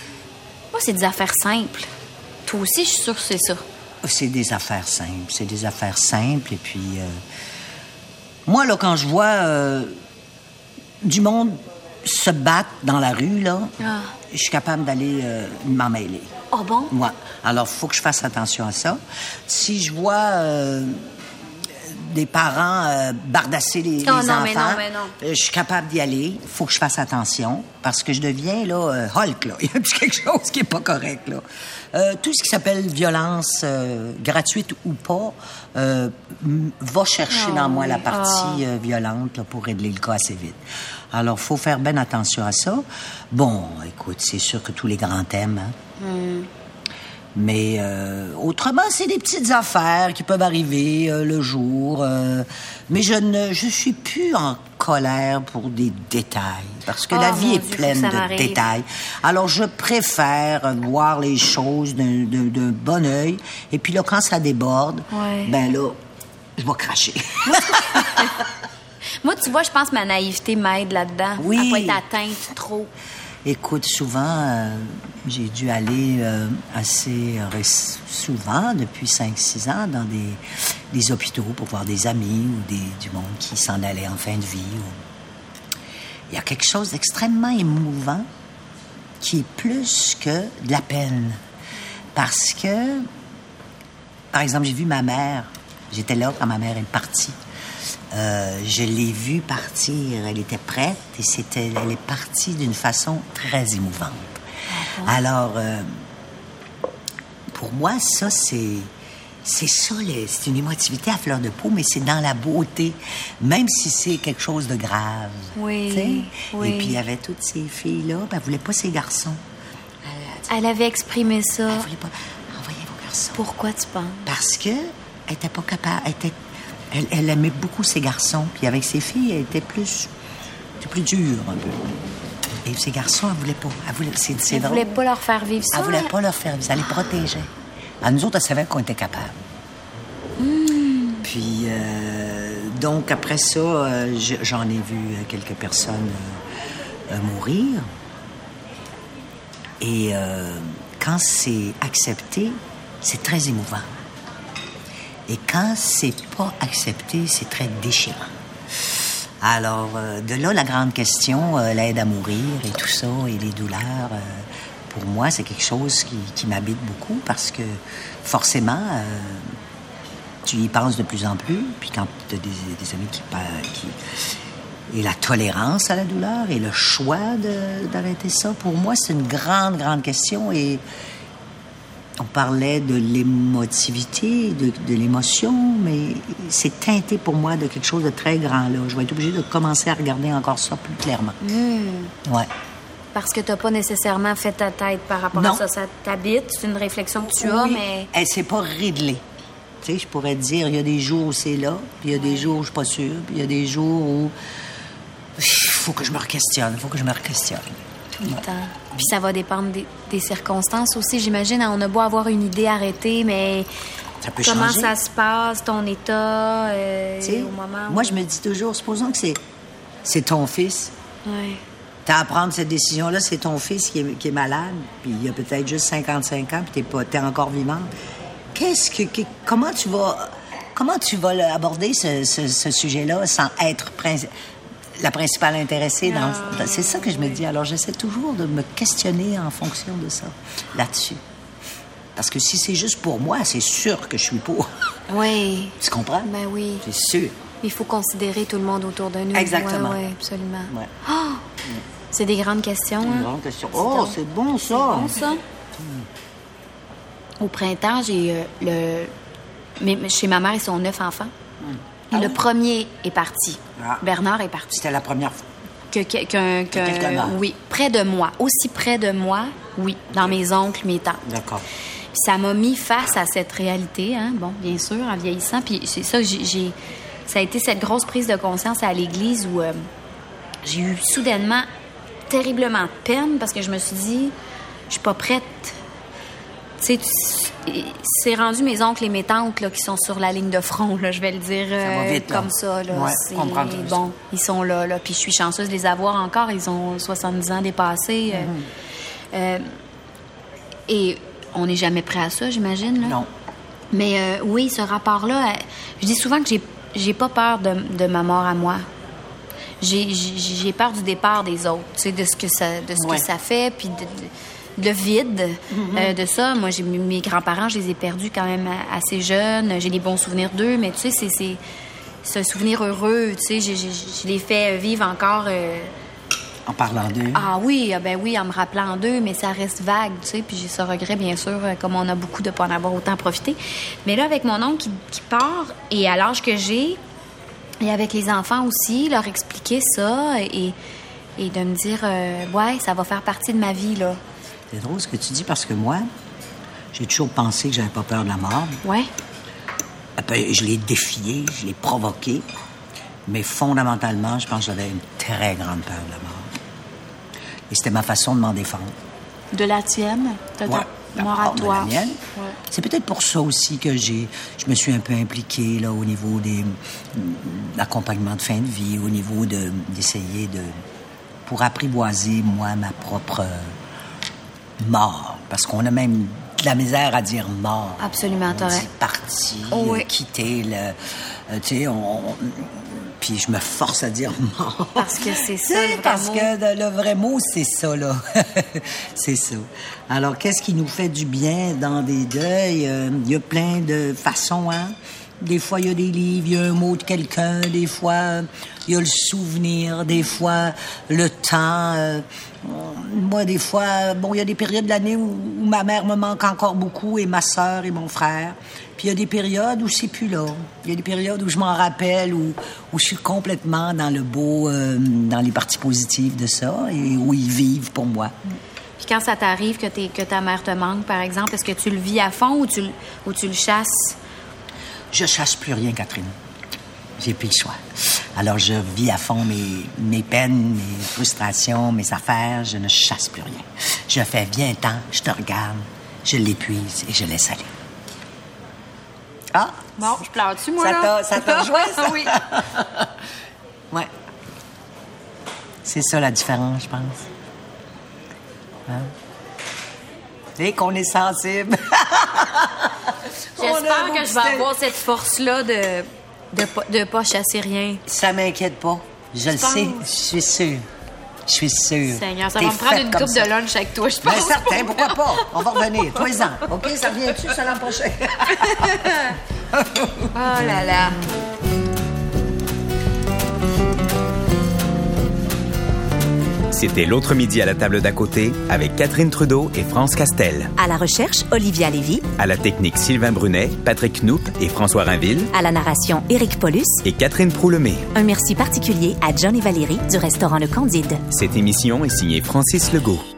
Moi, c'est des affaires simples. Toi aussi, je suis sûre que c'est ça. c'est des affaires simples. C'est des affaires simples. Et puis, euh, moi, là, quand je vois euh, du monde se battre dans la rue, là, Ah. je suis capable d'aller euh, m'en mêler. Oh bon? Ouais. Alors, faut que je fasse attention à ça. Si je vois euh, des parents euh, bardasser les, Oh, les non, enfants, mais non, mais non. euh, je suis capable d'y aller. Faut que je fasse attention parce que je deviens là euh, Hulk. Là. Il y a petit quelque chose qui est pas correct là. Euh, tout ce qui s'appelle violence euh, gratuite ou pas euh, m- va chercher Oh, dans moi la oui. partie euh, violente là, pour régler le cas assez vite. Alors, faut faire bien attention à ça. Bon, écoute, c'est sûr que tous les grands thèmes. hein. Mais euh, autrement, c'est des petites affaires qui peuvent arriver euh, le jour. euh, mais je ne je suis plus en colère pour des détails parce que Oh, la vie mon est Dieu, faut pleine que ça de m'arrive. détails. Alors je préfère euh, voir les choses d'un d'un- d'un bon œil. Et puis là, quand ça déborde, Ouais. ben là, je vais cracher. Moi, tu vois, je pense que ma naïveté m'aide là-dedans. Oui. À pas être atteinte trop. Écoute, souvent, euh, j'ai dû aller euh, assez euh, ré- souvent, depuis 5-6 ans, dans des, des hôpitaux pour voir des amis ou des, du monde qui s'en allait en fin de vie. ou- Il y a quelque chose d'extrêmement émouvant qui est plus que de la peine. Parce que, par exemple, j'ai vu ma mère. J'étais là quand ma mère est partie. Euh, je l'ai vue partir. Elle était prête et c'était, elle est partie d'une façon très émouvante. Alors, euh, pour moi, ça, c'est. C'est ça, les- c'est une émotivité à fleur de peau, mais c'est dans la beauté, même si c'est quelque chose de grave. Oui, tu sais. oui. Et puis, il y avait toutes ces filles-là, ben, elles voulaient pas ces garçons. Elle avait exprimé ça. Elles voulaient pas. Envoyez vos garçons. Pourquoi tu penses? Parce que elle était pas capable. Elle, était- elle- elle aimait beaucoup ses garçons. Puis avec ses filles, elle était plus, était plus dure un peu. Et ses garçons, elle voulait pas. Elle voulait, c'est, c'est Elle drôle. voulait pas leur faire vivre ça. Elle voulait pas leur faire vivre. Elle les protégeait. À nous autres, elle savait qu'on était capable. Puis, euh, donc, après ça, euh, je- j'en ai vu euh, quelques personnes euh, euh, mourir. Et euh, quand c'est accepté, c'est très émouvant. Et quand c'est pas accepté, c'est très déchirant. Alors, euh, de là, la grande question, euh, l'aide à mourir et tout ça, et les douleurs, euh, pour moi, c'est quelque chose qui, qui m'habite beaucoup parce que forcément, euh, tu y penses de plus en plus, puis quand tu as des, des amis qui, pa- qui... Et la tolérance à la douleur et le choix de- d'arrêter ça, pour moi, c'est une grande, grande question. Et on parlait de l'émotivité, de, de l'émotion, mais c'est teinté pour moi de quelque chose de très grand. Là. Je vais être obligée de commencer à regarder encore ça plus clairement. Mmh. Ouais. Parce que t'as pas nécessairement fait ta tête par rapport Non. à ça. Ça t'habite, c'est une réflexion que tu as, Oui. mais... Elle s'est Eh, pas réglée. Tu sais, je pourrais te dire, il y a des jours où c'est là, puis il y a des jours où je suis pas sûre, puis il y a des jours où... Il faut que je me re-questionne, il faut que je me re-questionne. tout le temps. Puis ça va dépendre des, des circonstances aussi, j'imagine. On a beau avoir une idée arrêtée, mais Ça peut comment changer. ça se passe, ton état, euh, Tu sais, au moment moi, où- je me dis toujours, supposons que c'est, c'est ton fils, Ouais. T'as à prendre cette décision-là, c'est ton fils qui est, qui est malade, puis il a peut-être juste 55 ans, puis t'es pas, t'es encore vivante. Qu'est-ce que, que- comment tu vas, comment tu vas le- aborder ce, ce- ce sujet-là sans être princi- la principale intéressée dans, Ah, c'est ça que je me dis. Alors j'essaie toujours de me questionner en fonction de ça, là-dessus. Parce que si c'est juste pour moi, c'est sûr que je suis pour. Oui. tu comprends Ben oui. C'est sûr. Il faut considérer tout le monde autour de nous. Exactement. Oui, absolument. Ouais. Ah! c'est des grandes questions. hein. Oh, donc- c'est bon ça. bon, ça. Au printemps, j'ai euh, le. mais- mais chez ma mère, ils sont neuf enfants. Et le premier est parti. Hmm. Ah. Bernard est parti. C'était la première fois. que quelqu'un. que- quelqu'un meure. oui, près de moi. Aussi près de moi, oui, dans mes oncles, mes tantes. D'accord. Puis ça m'a mis face à cette réalité, hein, bon, bien sûr, en vieillissant. Puis c'est ça, j'ai, j'ai- ça a été cette grosse prise de conscience à l'église où euh, j'ai eu soudainement terriblement de peine parce que je me suis dit, je suis pas prête. Tu sais, tu- c'est rendu mes oncles et mes tantes là, qui sont sur la ligne de front, là, je vais le dire va euh, vite, là. comme ça. Là, Ouais, C'est- comprendre tout ça. bon, ils sont là, là. Puis je suis chanceuse de les avoir encore. Ils ont 70 ans dépassés. euh, Mm-hmm. euh, et on n'est jamais prêt à ça, j'imagine. là. Non. Mais euh, oui, ce rapport-là, euh, je dis souvent que j'ai, j'ai pas peur de, de ma mort à moi. J'ai, j'ai j'ai peur du départ des autres, tu sais, de ce que ça, de ce Ouais. Mm-hmm. que ça fait, puis de, de- le vide euh, de ça. Moi, j'ai mes mes grands-parents, je les ai perdus quand même a- assez jeunes. J'ai des bons souvenirs d'eux, mais tu sais, c'est, c'est, c'est un souvenir heureux, tu sais. J'ai- j'ai- Je les fais vivre encore. euh, En parlant d'eux. ah oui, ah ben oui, en me rappelant d'eux, mais ça reste vague, tu sais. Puis j'ai ce regret, bien sûr, euh, comme on a beaucoup de ne pas en avoir autant profité. Mais là, avec mon oncle qui, qui part et à l'âge que j'ai, et avec les enfants aussi, leur expliquer ça et, et de me dire, euh, ouais, ça va faire partie de ma vie, là. C'est drôle ce que tu dis parce que moi, j'ai toujours pensé que j'avais pas peur de la mort. Ouais. Après, je l'ai défié, je l'ai provoqué. Mais fondamentalement, je pense que j'avais une très grande peur de la mort. Et c'était ma façon de m'en défendre. De la tienne, de Ouais, ta la mort à part de la toi. mienne. C'est peut-être pour ça aussi que j'ai, je me suis un peu impliquée là, au niveau des l'accompagnement de fin de vie, au niveau de d'essayer de pour apprivoiser moi ma propre euh, mort, parce qu'on a même de la misère à dire mort. Absolument, On t'as dit raison. parti, Oh, euh, oui. quitter le, euh, tu sais, on, on- puis je me force à dire mort. Parce que c'est ça, Tu sais, le vrai parce mot. que de- le vrai mot, c'est ça, là. c'est ça. Alors, qu'est-ce qui nous fait du bien dans des deuils? Euh, Il y a plein de façons, hein? Des fois, il y a des livres, il y a un mot de quelqu'un, des fois, euh, il y a le souvenir, des fois, le temps. euh, moi, des fois, bon, il y a des périodes de l'année où, où ma mère me manque encore beaucoup et ma sœur et mon frère. Puis il y a des périodes où c'est plus là. Il y a des périodes où je m'en rappelle, où, où je suis complètement dans le beau, euh, dans les parties positives de ça et où ils vivent pour moi. Puis quand ça t'arrive que, t'es- que ta mère te manque, par exemple, est-ce que tu le vis à fond ou tu, le- ou tu le chasses? Je chasse plus rien, Catherine. J'ai plus le choix. Alors je vis à fond mes, mes peines, mes frustrations, mes affaires. Je ne chasse plus rien. Je fais bien temps, je te regarde, je l'épuise et je laisse aller. Ah! Bon, je pleure-tu, moi, Ça là? t'a- ça t'a rejoint, ça? oui. Ouais. C'est ça la différence, je pense. Hein? Dès qu'on est sensible. On a un J'espère beau que je petit- vais avoir cette force-là de de pas, de pas chasser rien. Ça m'inquiète pas. Je le penses? sais. Je suis sûre. Je suis sûre. Seigneur, ça T'es va me prendre faite une comme coupe ça. de lunch avec toi, je pense. Ben certain, pourquoi pas? On va revenir. Toi en OK, ça vient-tu ça l'an prochain? Oh là là. C'était l'autre midi à la table d'à côté avec Catherine Trudeau et France Castel. À la recherche, Olivia Lévy. À la technique Sylvain Brunet, Patrick Knoop et François Rainville. À la narration, Éric Paulus. Et Catherine Proulemé. Un merci particulier à John et Valérie du restaurant Le Candide. Cette émission est signée Francis Legault.